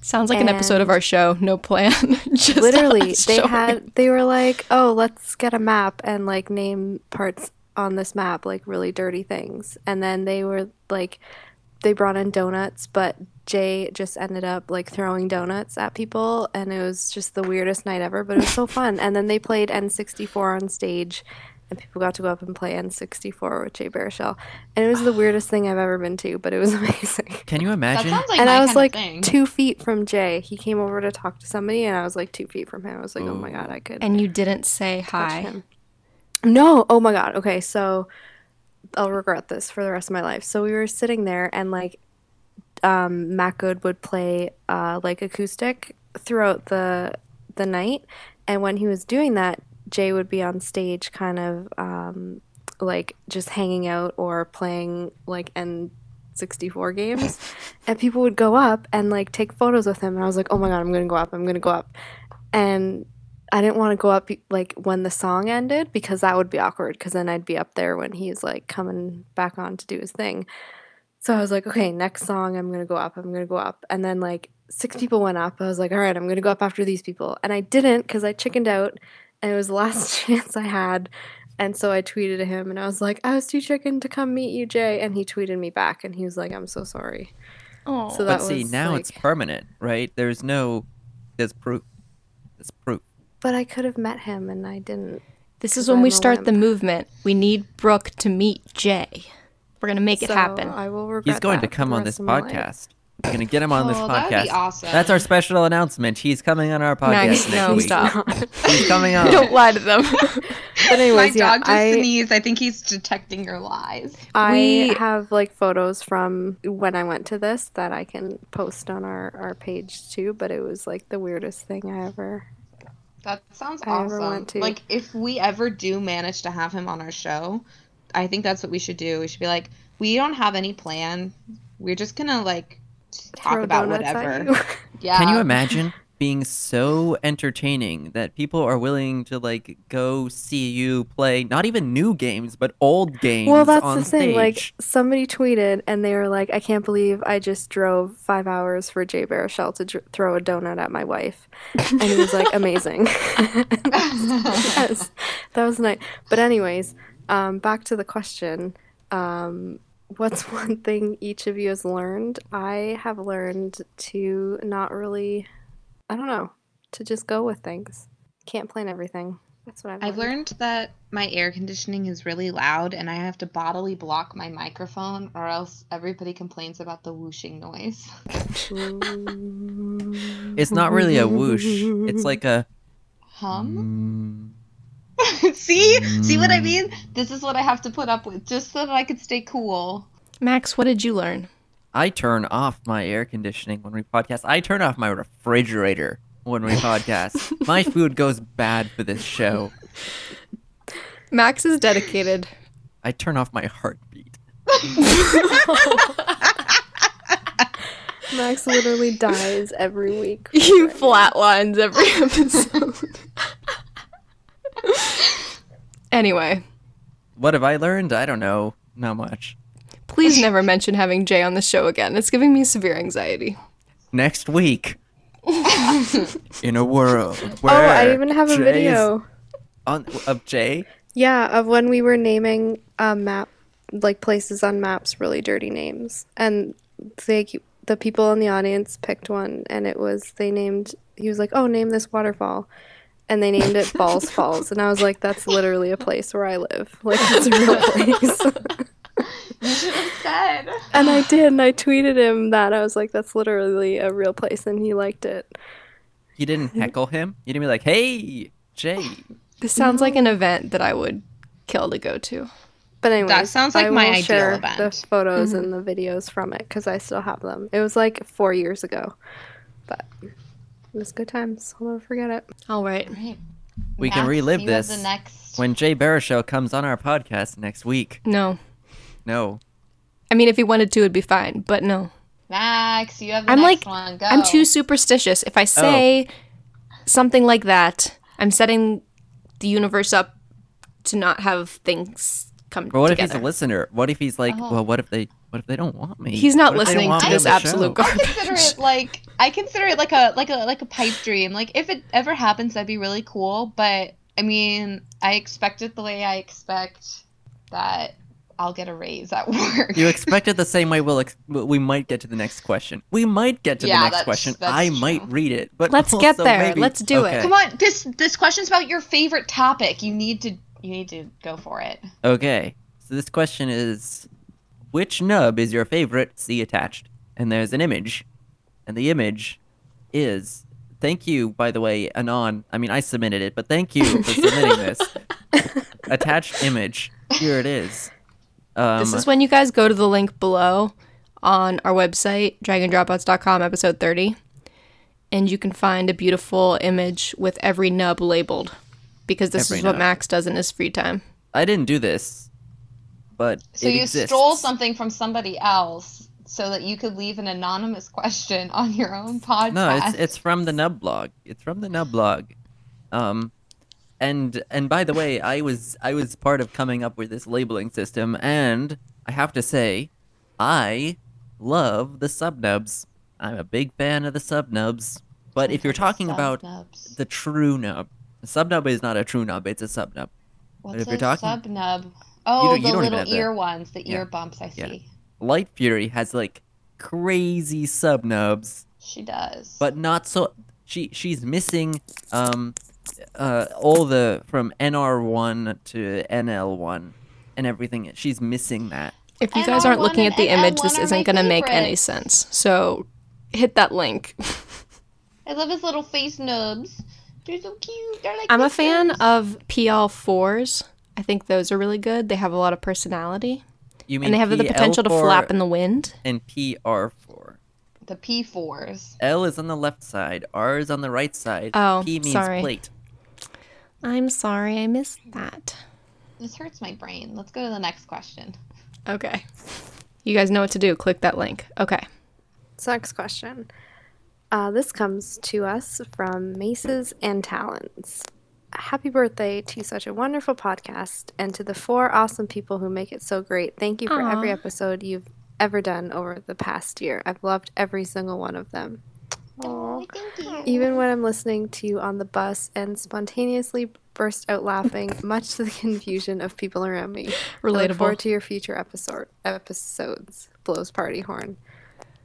[SPEAKER 3] Sounds like an episode of our show. No plan. Just
[SPEAKER 4] Literally,
[SPEAKER 3] us
[SPEAKER 4] they
[SPEAKER 3] showing.
[SPEAKER 4] had they were like, "Oh, let's get a map and like name parts on this map, like really dirty things." And then they were like, they brought in donuts, but Jay just ended up like throwing donuts at people, and it was just the weirdest night ever. But it was so fun. And then they played N64 on stage, and people got to go up and play N64 with Jay Baruchel, and it was the weirdest thing I've ever been to. But it was amazing.
[SPEAKER 1] Can you
[SPEAKER 2] That
[SPEAKER 1] imagine?
[SPEAKER 2] sounds like
[SPEAKER 4] And
[SPEAKER 2] my
[SPEAKER 4] I was
[SPEAKER 2] kind of
[SPEAKER 4] like
[SPEAKER 2] thing.
[SPEAKER 4] two feet from Jay. He came over to talk to somebody, and I was like two feet from him. I was like, oh my god, I could
[SPEAKER 3] and you didn't say
[SPEAKER 4] touch
[SPEAKER 3] hi.
[SPEAKER 4] him. No, oh my god. Okay, so I'll regret this for the rest of my life. So we were sitting there, and like, um, Matt Good would play uh, like acoustic throughout the the night, and when he was doing that, Jay would be on stage, kind of um, like just hanging out or playing like and 64 games and people would go up and like take photos with him and i was like oh my god i'm gonna go up i'm gonna go up and i didn't want to go up like when the song ended because that would be awkward because then i'd be up there when he's like coming back on to do his thing so i was like okay next song i'm gonna go up i'm gonna go up and then like six people went up i was like all right i'm gonna go up after these people and i didn't because i chickened out and it was the last chance I had. And so I tweeted to him and I was like, I was too chicken to come meet you, Jay. And he tweeted me back and he was like, I'm so sorry.
[SPEAKER 3] Oh,
[SPEAKER 4] So that
[SPEAKER 1] But see,
[SPEAKER 4] was
[SPEAKER 1] now
[SPEAKER 4] like,
[SPEAKER 1] it's permanent, right? There's no, there's proof. There's proof.
[SPEAKER 4] but I could have met him and I didn't.
[SPEAKER 3] this is
[SPEAKER 4] 'cause
[SPEAKER 3] when we
[SPEAKER 4] I'm a
[SPEAKER 3] start the
[SPEAKER 4] wimp.
[SPEAKER 3] movement. We need Brooke to meet Jay. We're gonna make it
[SPEAKER 4] So
[SPEAKER 3] happen.
[SPEAKER 4] I will regret
[SPEAKER 1] He's going
[SPEAKER 4] that
[SPEAKER 1] to
[SPEAKER 4] for
[SPEAKER 1] come
[SPEAKER 4] the
[SPEAKER 1] on
[SPEAKER 4] rest
[SPEAKER 1] this
[SPEAKER 4] of my life.
[SPEAKER 1] podcast. We're gonna get him on this
[SPEAKER 2] Oh,
[SPEAKER 1] podcast.
[SPEAKER 2] that'd be awesome.
[SPEAKER 1] That's our special announcement. He's coming on our
[SPEAKER 3] No,
[SPEAKER 1] podcast next
[SPEAKER 3] no,
[SPEAKER 1] week.
[SPEAKER 3] stop.
[SPEAKER 1] He's coming on.
[SPEAKER 3] Don't lie to them.
[SPEAKER 4] But
[SPEAKER 2] My
[SPEAKER 4] anyways, yeah,
[SPEAKER 2] dog just
[SPEAKER 4] I,
[SPEAKER 2] sneezed. I think he's detecting your lies.
[SPEAKER 4] I
[SPEAKER 3] We-
[SPEAKER 4] have like photos from when I went to this that I can post on our, our page too, but it was like the weirdest thing I ever.
[SPEAKER 2] That sounds
[SPEAKER 4] I
[SPEAKER 2] awesome.
[SPEAKER 4] ever want to.
[SPEAKER 2] Like if we ever do manage to have him on our show, I think that's what we should do. We should be like, we don't have any plan. We're just gonna like just talk
[SPEAKER 4] throw
[SPEAKER 2] about
[SPEAKER 4] donuts at
[SPEAKER 2] whatever.
[SPEAKER 4] you.
[SPEAKER 2] Yeah.
[SPEAKER 1] Can you imagine being so entertaining that people are willing to like go see you play not even new games but old games
[SPEAKER 4] Well, that's
[SPEAKER 1] on
[SPEAKER 4] the thing. Like
[SPEAKER 1] stage?
[SPEAKER 4] somebody tweeted, and they were like, "I can't believe I just drove five hours for Jay Baruchel to dr- throw a donut at my wife," and he was like, "Amazing." that, was, that was nice. But anyways, um, back to the question. Um, what's one thing each of you has learned? I have learned to not really, I don't know, to just go with things. Can't plan everything. That's what I've
[SPEAKER 2] I've learned that my air conditioning is really loud and I have to bodily block my microphone or else everybody complains about the whooshing noise.
[SPEAKER 1] it's not really a whoosh. It's like a
[SPEAKER 2] Hum?
[SPEAKER 1] mm,
[SPEAKER 2] See? See what I mean? This is what I have to put up with just so that I could stay cool.
[SPEAKER 3] Max, what did you learn?
[SPEAKER 1] I turn off my air conditioning when we podcast. I turn off my refrigerator when we podcast. my food goes bad for this show.
[SPEAKER 3] Max is dedicated.
[SPEAKER 1] I turn off my heartbeat.
[SPEAKER 4] Max literally dies every week.
[SPEAKER 3] You flatlines every episode. anyway,
[SPEAKER 1] What have I learned? I don't know. Not much.
[SPEAKER 3] please never mention having Jay on the show again. It's giving me severe anxiety.
[SPEAKER 1] Next week. in a world where
[SPEAKER 4] Oh, I even have a
[SPEAKER 1] Jay is
[SPEAKER 4] video.
[SPEAKER 1] on, of Jay.
[SPEAKER 4] Yeah, of when we were naming a map, like places on maps, really dirty names, and they the people in the audience picked one, and it was they named. He was like, "Oh, name this waterfall," and they named it Balls Falls, and I was like, "That's literally a place where I live. Like, it's a real place."
[SPEAKER 2] You should have said.
[SPEAKER 4] and I did, and I tweeted him that I was like, "That's literally a real place," and he liked it.
[SPEAKER 1] You didn't heckle him. You didn't be like, "Hey, Jay."
[SPEAKER 3] This sounds like an event that I would kill to go to.
[SPEAKER 4] But anyway,
[SPEAKER 2] sounds like my ideal
[SPEAKER 4] The
[SPEAKER 2] event.
[SPEAKER 4] photos and the videos from it because I still have them. It was like four years ago, but it was good times. I'll never forget it.
[SPEAKER 3] All right.
[SPEAKER 2] Right.
[SPEAKER 1] We can
[SPEAKER 2] Max,
[SPEAKER 1] relive
[SPEAKER 2] you have
[SPEAKER 1] this.
[SPEAKER 2] The next.
[SPEAKER 1] When Jay Baruchel comes on our podcast next week.
[SPEAKER 3] No.
[SPEAKER 1] No.
[SPEAKER 3] I mean, if he wanted to, it'd be fine, but no.
[SPEAKER 2] Max, you have the
[SPEAKER 3] I'm
[SPEAKER 2] next
[SPEAKER 3] like-
[SPEAKER 2] one. Go.
[SPEAKER 3] I'm too superstitious. If I
[SPEAKER 1] Oh.
[SPEAKER 3] say something like that, I'm setting the universe up to not have things come
[SPEAKER 1] But what if
[SPEAKER 3] together.
[SPEAKER 1] he's a listener? What if he's like,
[SPEAKER 2] Oh.
[SPEAKER 1] "Well, what if they what if they don't want me?"
[SPEAKER 3] He's not
[SPEAKER 1] What if they don't
[SPEAKER 3] listening
[SPEAKER 1] want
[SPEAKER 3] to
[SPEAKER 1] me on
[SPEAKER 3] this
[SPEAKER 1] the show?
[SPEAKER 3] absolute
[SPEAKER 2] I
[SPEAKER 3] garbage.
[SPEAKER 2] consider it like I consider it like a like a like a pipe dream. Like if it ever happens, that'd be really cool. But I mean, I expect it the way I expect that I'll get a raise at work.
[SPEAKER 1] You expect it the same way. We'll ex- we might get to the next question. We might get to
[SPEAKER 2] Yeah,
[SPEAKER 1] the next
[SPEAKER 2] that's-
[SPEAKER 1] question.
[SPEAKER 2] that's
[SPEAKER 1] I
[SPEAKER 2] true.
[SPEAKER 1] might read it, but
[SPEAKER 3] Let's
[SPEAKER 1] also
[SPEAKER 3] get there.
[SPEAKER 1] maybe-
[SPEAKER 3] Let's do it.
[SPEAKER 1] Okay.
[SPEAKER 2] Come on, this this question's about your favorite topic. You need to you need to go for it.
[SPEAKER 1] Okay. So this question is which nub is your favorite? See attached. And there's an image. And the image is thank you, by the way, Anon. I mean I submitted it, but thank you for submitting this. attached image. Here it is. Um,
[SPEAKER 3] This is when you guys go to the link below on our website, dragondropouts.com, episode 30, and you can find a beautiful image with every nub labeled because this
[SPEAKER 1] Every
[SPEAKER 3] is what
[SPEAKER 1] nub.
[SPEAKER 3] Max does in his free time.
[SPEAKER 1] I didn't do this, but
[SPEAKER 2] So
[SPEAKER 1] it
[SPEAKER 2] you
[SPEAKER 1] exists.
[SPEAKER 2] stole something from somebody else so that you could leave an anonymous question on your own podcast.
[SPEAKER 1] No, it's it's from the Nub blog. It's from the Nub blog. Um and and by the way, I was I was part of coming up with this labeling system and I have to say I love the subnubs. I'm a big fan of the subnubs. But if you're talking about
[SPEAKER 2] Snubs.
[SPEAKER 1] the true nub, A subnub is not a true nub; it's a subnub.
[SPEAKER 2] What's
[SPEAKER 1] if
[SPEAKER 2] a
[SPEAKER 1] you're talking-
[SPEAKER 2] sub nub? Oh,
[SPEAKER 1] you
[SPEAKER 2] the
[SPEAKER 1] don't even
[SPEAKER 2] little
[SPEAKER 1] have that.
[SPEAKER 2] ear ones, the
[SPEAKER 1] Yeah.
[SPEAKER 2] ear bumps. I
[SPEAKER 1] Yeah.
[SPEAKER 2] see.
[SPEAKER 1] Light Fury has like crazy subnubs,
[SPEAKER 2] She does.
[SPEAKER 1] but not so. She she's missing um uh all the from NR one to NL one and everything. She's missing that.
[SPEAKER 3] If you
[SPEAKER 2] And
[SPEAKER 3] guys
[SPEAKER 2] I
[SPEAKER 3] aren't looking
[SPEAKER 2] wanted-
[SPEAKER 3] at the
[SPEAKER 2] and I
[SPEAKER 3] image, this
[SPEAKER 2] wanna
[SPEAKER 3] isn't
[SPEAKER 2] make
[SPEAKER 3] going to make any
[SPEAKER 2] favorites.
[SPEAKER 3] sense. So hit that link.
[SPEAKER 2] I love his little face nubs. They're so cute. They're like.
[SPEAKER 3] I'm a
[SPEAKER 2] face
[SPEAKER 3] fan
[SPEAKER 2] nubs.
[SPEAKER 3] of PL4s. I think those are really good. They have a lot of personality
[SPEAKER 1] You mean
[SPEAKER 3] and they have the potential to
[SPEAKER 1] PL4
[SPEAKER 3] flap in the wind.
[SPEAKER 1] and PR four.
[SPEAKER 2] the P4s.
[SPEAKER 1] L is on the left side. R is on the right side.
[SPEAKER 3] Oh,
[SPEAKER 1] P means
[SPEAKER 3] sorry.
[SPEAKER 1] plate.
[SPEAKER 3] I'm sorry, I missed that.
[SPEAKER 2] This hurts my brain. Let's go to the next question.
[SPEAKER 3] Okay. You guys know what to do. Click that link. Okay.
[SPEAKER 4] So next question. Uh, this comes to us from Maces and Talons. Happy birthday to such a wonderful podcast and to the four awesome people who make it so great. Thank you for every
[SPEAKER 3] Aw.
[SPEAKER 4] episode you've ever done over the past year. I've loved every single one of them.
[SPEAKER 2] Oh, thank you.
[SPEAKER 4] Even when I'm listening to you on the bus and spontaneously burst out laughing, much to the confusion of people around me. I look
[SPEAKER 3] Relatable.
[SPEAKER 4] forward to your future episode episodes. Blows party horn.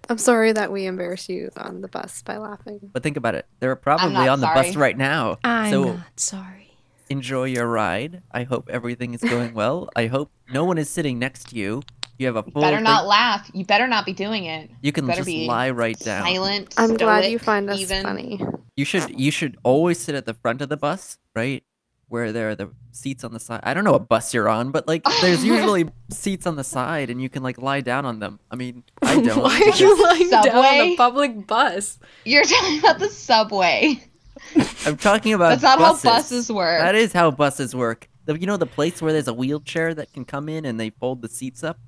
[SPEAKER 4] I'm sorry that we embarrass you on the bus by laughing.
[SPEAKER 1] But think about it. They're probably
[SPEAKER 2] not
[SPEAKER 1] on the bus
[SPEAKER 2] sorry.
[SPEAKER 1] right now.
[SPEAKER 3] I'm
[SPEAKER 1] so
[SPEAKER 3] not sorry.
[SPEAKER 1] enjoy your ride. I hope everything is going well. I hope no one is sitting next to you. You have a full.
[SPEAKER 2] better
[SPEAKER 1] thing-
[SPEAKER 2] not laugh. You better not be doing it.
[SPEAKER 1] Oh, You can
[SPEAKER 2] better
[SPEAKER 1] just
[SPEAKER 2] be
[SPEAKER 1] lie right down.
[SPEAKER 2] Silent.
[SPEAKER 4] I'm glad
[SPEAKER 2] stoic,
[SPEAKER 4] you find us
[SPEAKER 2] even.
[SPEAKER 4] funny.
[SPEAKER 1] You should. You should always sit at the front of the bus, right, where there are the seats on the side. I don't know what bus you're on, but like there's usually seats on the side, and you can like lie down on them. I mean, I don't.
[SPEAKER 3] Why are you lying down on
[SPEAKER 2] Subway?
[SPEAKER 3] the public bus?
[SPEAKER 2] You're talking about the subway.
[SPEAKER 1] I'm talking about.
[SPEAKER 2] That's not
[SPEAKER 1] Uh, buses.
[SPEAKER 2] how buses work.
[SPEAKER 1] That is how buses work. The- You know the place where there's a wheelchair that can come in and they fold the seats up.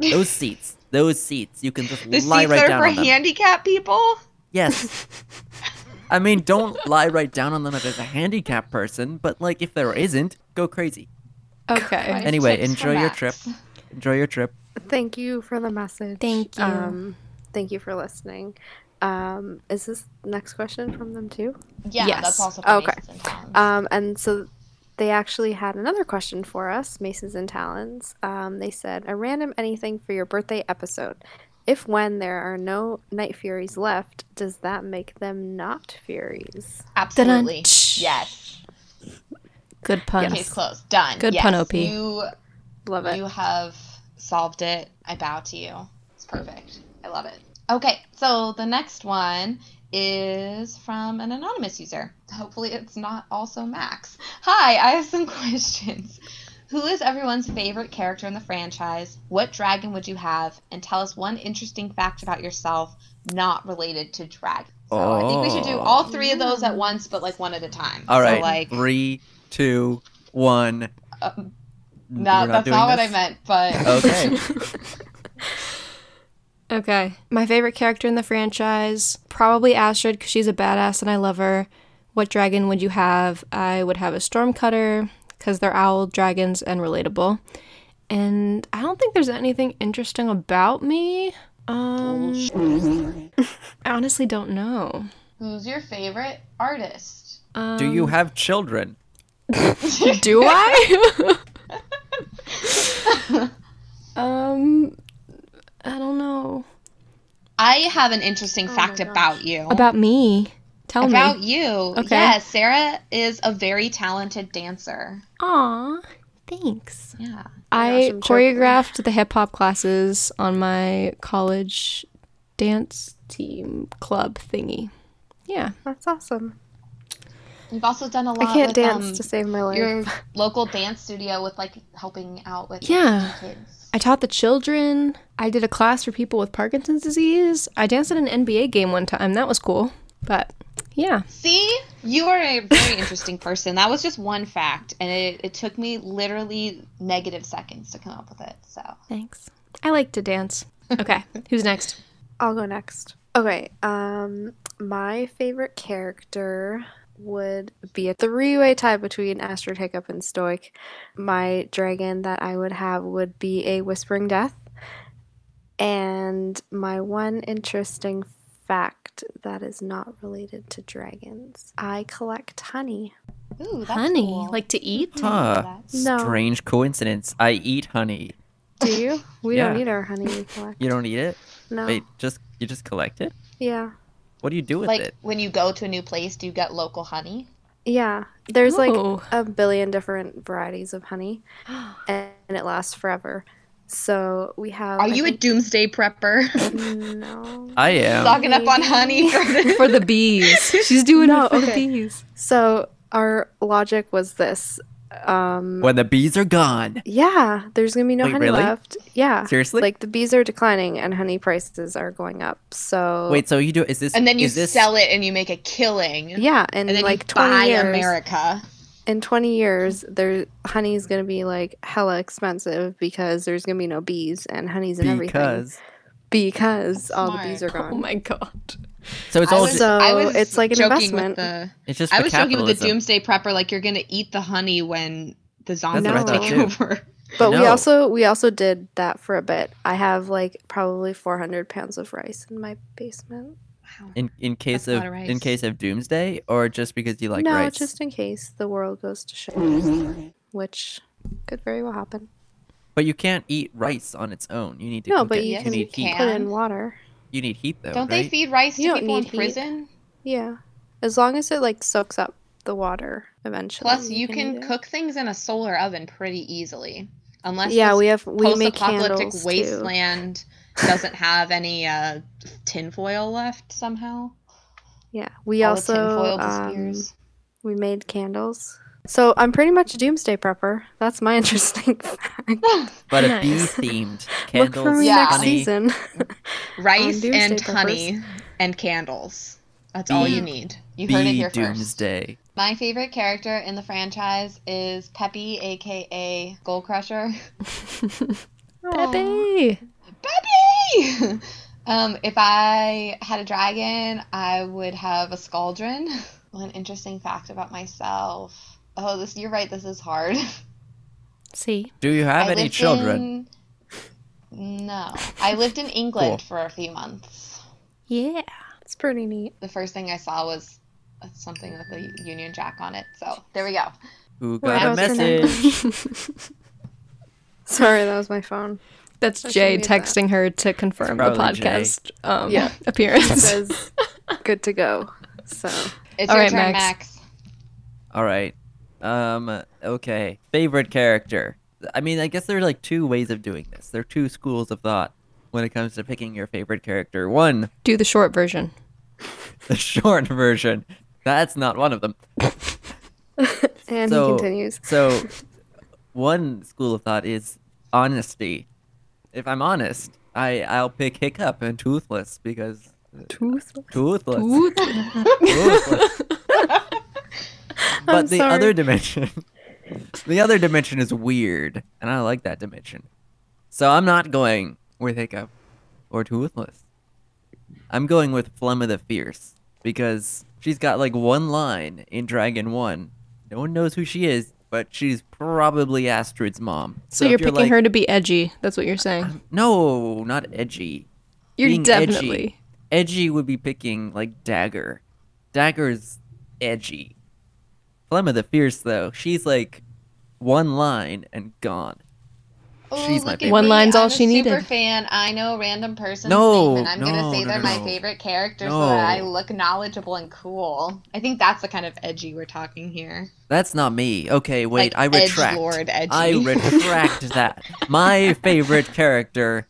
[SPEAKER 1] Those seats. Those seats. You can just
[SPEAKER 2] the
[SPEAKER 1] lie right
[SPEAKER 2] seats that
[SPEAKER 1] down
[SPEAKER 2] are
[SPEAKER 1] on
[SPEAKER 2] for
[SPEAKER 1] them.
[SPEAKER 2] handicapped people.
[SPEAKER 1] Yes. I mean, don't lie right down on them if there's a handicapped person, but like if there isn't, go crazy.
[SPEAKER 3] Okay.
[SPEAKER 2] Nice
[SPEAKER 1] Anyway,
[SPEAKER 2] tips for
[SPEAKER 1] enjoy your
[SPEAKER 2] Max.
[SPEAKER 1] trip. Enjoy your trip.
[SPEAKER 4] Thank you for the message.
[SPEAKER 3] Thank you.
[SPEAKER 4] Um, thank you for listening. Um, is this next question from them too?
[SPEAKER 2] Yeah,
[SPEAKER 3] Yes.
[SPEAKER 2] that's also for
[SPEAKER 4] Okay.
[SPEAKER 2] Masons and Talons.
[SPEAKER 4] Um, and so they actually had another question for us, Masons and Talons. Um, they said, a random anything for your birthday episode. If when there are no Night Furies left, does that make them not Furies?
[SPEAKER 2] Absolutely.
[SPEAKER 3] Dun-dun.
[SPEAKER 2] Yes.
[SPEAKER 3] Good puns.
[SPEAKER 2] Case closed. Done.
[SPEAKER 3] Good
[SPEAKER 2] yes.
[SPEAKER 3] pun, OP.
[SPEAKER 2] You,
[SPEAKER 4] Love it.
[SPEAKER 2] you have solved it. I bow to you. It's perfect. I love it. Okay, so the next one is from an anonymous user. Hopefully, it's not also Max. Hi, I have some questions. Who is everyone's favorite character in the franchise? What dragon would you have? And tell us one interesting fact about yourself not related to dragon. So I think we should do
[SPEAKER 1] Oh.
[SPEAKER 2] all three of those at once, but like one at a time.
[SPEAKER 1] All right.
[SPEAKER 2] So like,
[SPEAKER 1] Three, two, one.
[SPEAKER 2] um,
[SPEAKER 1] We're
[SPEAKER 2] no, that's
[SPEAKER 1] doing
[SPEAKER 2] not what I
[SPEAKER 1] this?
[SPEAKER 2] meant. But
[SPEAKER 1] Okay.
[SPEAKER 3] Okay. My favorite character in the franchise, probably Astrid, because she's a badass and I love her. What dragon would you have? I would have a Stormcutter, because they're owl dragons and relatable. And I don't think there's anything interesting about me. Um, I honestly don't know.
[SPEAKER 2] who's your favorite artist?
[SPEAKER 3] Um,
[SPEAKER 1] Do you have children?
[SPEAKER 3] Do I? um, I don't know
[SPEAKER 2] I have an interesting fact about you.
[SPEAKER 3] about me. Tell
[SPEAKER 2] About
[SPEAKER 3] me.
[SPEAKER 2] you.
[SPEAKER 3] Okay.
[SPEAKER 2] Yes, Sarah is a very talented dancer.
[SPEAKER 3] Aw, thanks.
[SPEAKER 2] Yeah.
[SPEAKER 3] I
[SPEAKER 4] I'm sure-
[SPEAKER 3] choreographed the hip hop classes on my college dance team club thingy. Yeah.
[SPEAKER 4] That's awesome.
[SPEAKER 2] You've also done a lot
[SPEAKER 4] I can't
[SPEAKER 2] with
[SPEAKER 4] dance
[SPEAKER 2] um,
[SPEAKER 4] to save my life.
[SPEAKER 2] your local dance studio with like helping out with
[SPEAKER 3] Yeah.
[SPEAKER 2] kids.
[SPEAKER 3] I taught the children. I did a class for people with Parkinson's disease. I danced at an NBA game one time. That was cool. But yeah.
[SPEAKER 2] See, you are a very interesting person. That was just one fact, and it, it took me literally negative seconds to come up with it. So
[SPEAKER 3] Thanks. I like to dance. Okay. Who's next?
[SPEAKER 4] I'll go next. Okay. Um, my favorite character would be a three-way tie between Astrid Hiccup and Stoic. My dragon that I would have would be a Whispering Death. And my one interesting fact that is not related to dragons, I collect honey.
[SPEAKER 2] Ooh, that's
[SPEAKER 3] honey,
[SPEAKER 2] cool.
[SPEAKER 3] like to eat?
[SPEAKER 1] Huh.
[SPEAKER 4] No.
[SPEAKER 1] Strange coincidence. I eat honey.
[SPEAKER 4] Do you? We don't
[SPEAKER 1] Yeah.
[SPEAKER 4] eat our honey. We collect.
[SPEAKER 1] You don't eat it?
[SPEAKER 4] No.
[SPEAKER 1] Wait, just you just collect it?
[SPEAKER 4] Yeah.
[SPEAKER 1] What do you do with
[SPEAKER 2] like
[SPEAKER 1] it?
[SPEAKER 2] when you go to a new place, do you get local honey?
[SPEAKER 4] Yeah. There's
[SPEAKER 3] Oh.
[SPEAKER 4] like a billion different varieties of honey, and it lasts forever. So we have.
[SPEAKER 2] Are
[SPEAKER 4] I
[SPEAKER 2] you a
[SPEAKER 4] think-
[SPEAKER 2] doomsday prepper,
[SPEAKER 4] No.
[SPEAKER 1] I am.
[SPEAKER 2] stocking up on honey? For the-
[SPEAKER 3] For the bees. She's doing
[SPEAKER 4] No,
[SPEAKER 3] it for
[SPEAKER 4] okay.
[SPEAKER 3] the bees.
[SPEAKER 4] So our logic was this. Um,
[SPEAKER 1] When the bees are gone.
[SPEAKER 4] Yeah, there's gonna be no
[SPEAKER 1] Like,
[SPEAKER 4] honey
[SPEAKER 1] really?
[SPEAKER 4] left. Yeah.
[SPEAKER 1] Seriously?
[SPEAKER 4] Like the bees are declining and honey prices are going up. So
[SPEAKER 1] Wait, so you do is this
[SPEAKER 2] Oh. and then you
[SPEAKER 1] is this,
[SPEAKER 2] sell it and you make a killing.
[SPEAKER 4] yeah, in
[SPEAKER 2] And then
[SPEAKER 4] like
[SPEAKER 2] you buy
[SPEAKER 4] twenty years,
[SPEAKER 2] America.
[SPEAKER 4] in twenty years, there honey's gonna be like hella expensive because there's gonna be no bees and honey's in everything
[SPEAKER 1] because
[SPEAKER 4] because all the
[SPEAKER 2] Smart.
[SPEAKER 4] bees are
[SPEAKER 3] Oh
[SPEAKER 4] gone.
[SPEAKER 3] my god.
[SPEAKER 1] so it's
[SPEAKER 2] I
[SPEAKER 1] all
[SPEAKER 2] was,
[SPEAKER 1] ju-
[SPEAKER 4] So
[SPEAKER 2] I was
[SPEAKER 4] it's like an
[SPEAKER 2] joking
[SPEAKER 4] investment.
[SPEAKER 2] With the,
[SPEAKER 1] it's just
[SPEAKER 2] I
[SPEAKER 1] for
[SPEAKER 2] was joking with the
[SPEAKER 1] capitalism.
[SPEAKER 2] doomsday prepper, like you're gonna eat the honey when the zombies
[SPEAKER 4] what I thought,
[SPEAKER 2] take
[SPEAKER 1] too.
[SPEAKER 2] over.
[SPEAKER 4] but we
[SPEAKER 1] No.
[SPEAKER 4] also we also did that for a bit. I have like probably four hundred pounds of rice in my basement.
[SPEAKER 2] Wow.
[SPEAKER 1] in in case
[SPEAKER 2] That's
[SPEAKER 1] of
[SPEAKER 2] a lot of
[SPEAKER 1] in
[SPEAKER 2] rice.
[SPEAKER 1] case of doomsday or just because you like
[SPEAKER 4] no,
[SPEAKER 1] rice.
[SPEAKER 4] just in case the world goes to shit,
[SPEAKER 2] Mm-hmm.
[SPEAKER 4] which could very well happen.
[SPEAKER 1] But you can't eat rice on its own. You need to
[SPEAKER 4] No,
[SPEAKER 1] cook
[SPEAKER 4] but
[SPEAKER 1] it.
[SPEAKER 4] you
[SPEAKER 2] Yes,
[SPEAKER 4] can
[SPEAKER 2] you
[SPEAKER 1] need heat.
[SPEAKER 4] put
[SPEAKER 2] can.
[SPEAKER 4] in water.
[SPEAKER 1] You need heat though,
[SPEAKER 2] Don't
[SPEAKER 1] right?
[SPEAKER 2] they feed rice
[SPEAKER 4] You
[SPEAKER 2] to
[SPEAKER 4] don't
[SPEAKER 2] people in
[SPEAKER 4] need heat.
[SPEAKER 2] prison?
[SPEAKER 4] Yeah, as long as it like soaks up the water eventually.
[SPEAKER 2] Plus, you can
[SPEAKER 4] eat it.
[SPEAKER 2] cook things in a solar oven pretty easily, unless
[SPEAKER 4] Yeah,
[SPEAKER 2] this
[SPEAKER 4] we have we make
[SPEAKER 2] post-apocalyptic
[SPEAKER 4] candles too.
[SPEAKER 2] wasteland doesn't have any uh, tinfoil left somehow.
[SPEAKER 4] Yeah, we
[SPEAKER 2] All the
[SPEAKER 4] also
[SPEAKER 2] tinfoil
[SPEAKER 4] um,
[SPEAKER 2] disappears.
[SPEAKER 4] we made candles. So I'm pretty much a doomsday prepper. That's my interesting fact.
[SPEAKER 1] But a bee
[SPEAKER 3] Nice.
[SPEAKER 1] themed
[SPEAKER 4] Look for
[SPEAKER 1] candles,
[SPEAKER 4] me
[SPEAKER 2] Yeah.
[SPEAKER 4] next
[SPEAKER 1] honey.
[SPEAKER 4] season.
[SPEAKER 2] Rice
[SPEAKER 4] doomsday
[SPEAKER 2] and
[SPEAKER 4] preppers.
[SPEAKER 2] honey and candles. That's all you
[SPEAKER 1] Bee-
[SPEAKER 2] need. You heard it
[SPEAKER 1] Bee
[SPEAKER 2] here first.
[SPEAKER 1] doomsday.
[SPEAKER 2] My favorite character in the franchise is Peppy, aka Gold Crusher.
[SPEAKER 3] Pepe.
[SPEAKER 2] Peppy! um, if I had a dragon, I would have a scaldron. One interesting fact about myself. Oh, this you're right, this is hard.
[SPEAKER 3] See?
[SPEAKER 1] Do you have
[SPEAKER 2] I
[SPEAKER 1] any
[SPEAKER 2] lived
[SPEAKER 1] children?
[SPEAKER 2] in- No. I lived in England for a few months.
[SPEAKER 3] Yeah.
[SPEAKER 4] It's pretty neat.
[SPEAKER 2] The first thing I saw was something with a Union Jack on it. So there we go.
[SPEAKER 1] Who
[SPEAKER 4] We're
[SPEAKER 1] got a
[SPEAKER 4] about to know.
[SPEAKER 1] message?
[SPEAKER 4] Sorry, that was my phone.
[SPEAKER 3] That's
[SPEAKER 4] I
[SPEAKER 3] Jay
[SPEAKER 4] should read that.
[SPEAKER 3] texting her to confirm the
[SPEAKER 1] probably Jay.
[SPEAKER 3] podcast um,
[SPEAKER 4] Yeah. It
[SPEAKER 3] appearance.
[SPEAKER 4] says good to go. So
[SPEAKER 2] It's
[SPEAKER 3] All
[SPEAKER 2] your
[SPEAKER 3] right,
[SPEAKER 2] turn,
[SPEAKER 3] Max.
[SPEAKER 2] Max.
[SPEAKER 1] All right. Um. Okay. Favorite character. I mean, I guess there are like two ways of doing this. There are two schools of thought when it comes to picking your favorite character. One,
[SPEAKER 3] Do the short version.
[SPEAKER 1] the short version. That's not one of them.
[SPEAKER 4] and
[SPEAKER 1] So-
[SPEAKER 4] he continues.
[SPEAKER 1] So, one school of thought is honesty. If I'm honest, I I'll pick Hiccup and Toothless because
[SPEAKER 4] Tooth.
[SPEAKER 1] Toothless.
[SPEAKER 3] Ooh.
[SPEAKER 1] Toothless. but
[SPEAKER 4] I'm
[SPEAKER 1] the
[SPEAKER 4] sorry.
[SPEAKER 1] other dimension, the other dimension is weird, and I like that dimension. So I'm not going with Hiccup or Toothless. I'm going with Flem of the Fierce because she's got like one line in Dragon One. No one knows who she is, but she's probably Astrid's mom.
[SPEAKER 3] So you're
[SPEAKER 1] if
[SPEAKER 3] picking
[SPEAKER 1] like,
[SPEAKER 3] her to be edgy. That's what you're saying.
[SPEAKER 1] No, not edgy.
[SPEAKER 3] You're
[SPEAKER 1] being edgy.
[SPEAKER 3] definitely.
[SPEAKER 1] Edgy would be picking like Dagger. Dagger's edgy. Flemma the Fierce though, she's like one line and gone.
[SPEAKER 2] Oh,
[SPEAKER 1] She's my
[SPEAKER 2] look at
[SPEAKER 1] favorite.
[SPEAKER 3] One
[SPEAKER 2] me.
[SPEAKER 3] line's
[SPEAKER 2] I'm
[SPEAKER 3] all
[SPEAKER 2] a
[SPEAKER 3] she needed.
[SPEAKER 2] Super fan. I know random person's
[SPEAKER 1] No,
[SPEAKER 2] name, and I'm
[SPEAKER 1] no,
[SPEAKER 2] gonna say
[SPEAKER 1] no,
[SPEAKER 2] they're
[SPEAKER 1] no,
[SPEAKER 2] my
[SPEAKER 1] no.
[SPEAKER 2] favorite character so that I
[SPEAKER 1] No.
[SPEAKER 2] look knowledgeable and cool. I think that's the kind of edgy we're talking here.
[SPEAKER 1] That's not me. Okay, wait,
[SPEAKER 2] Like
[SPEAKER 1] I retract.
[SPEAKER 2] edgelord edgy.
[SPEAKER 1] I retract that. My favorite character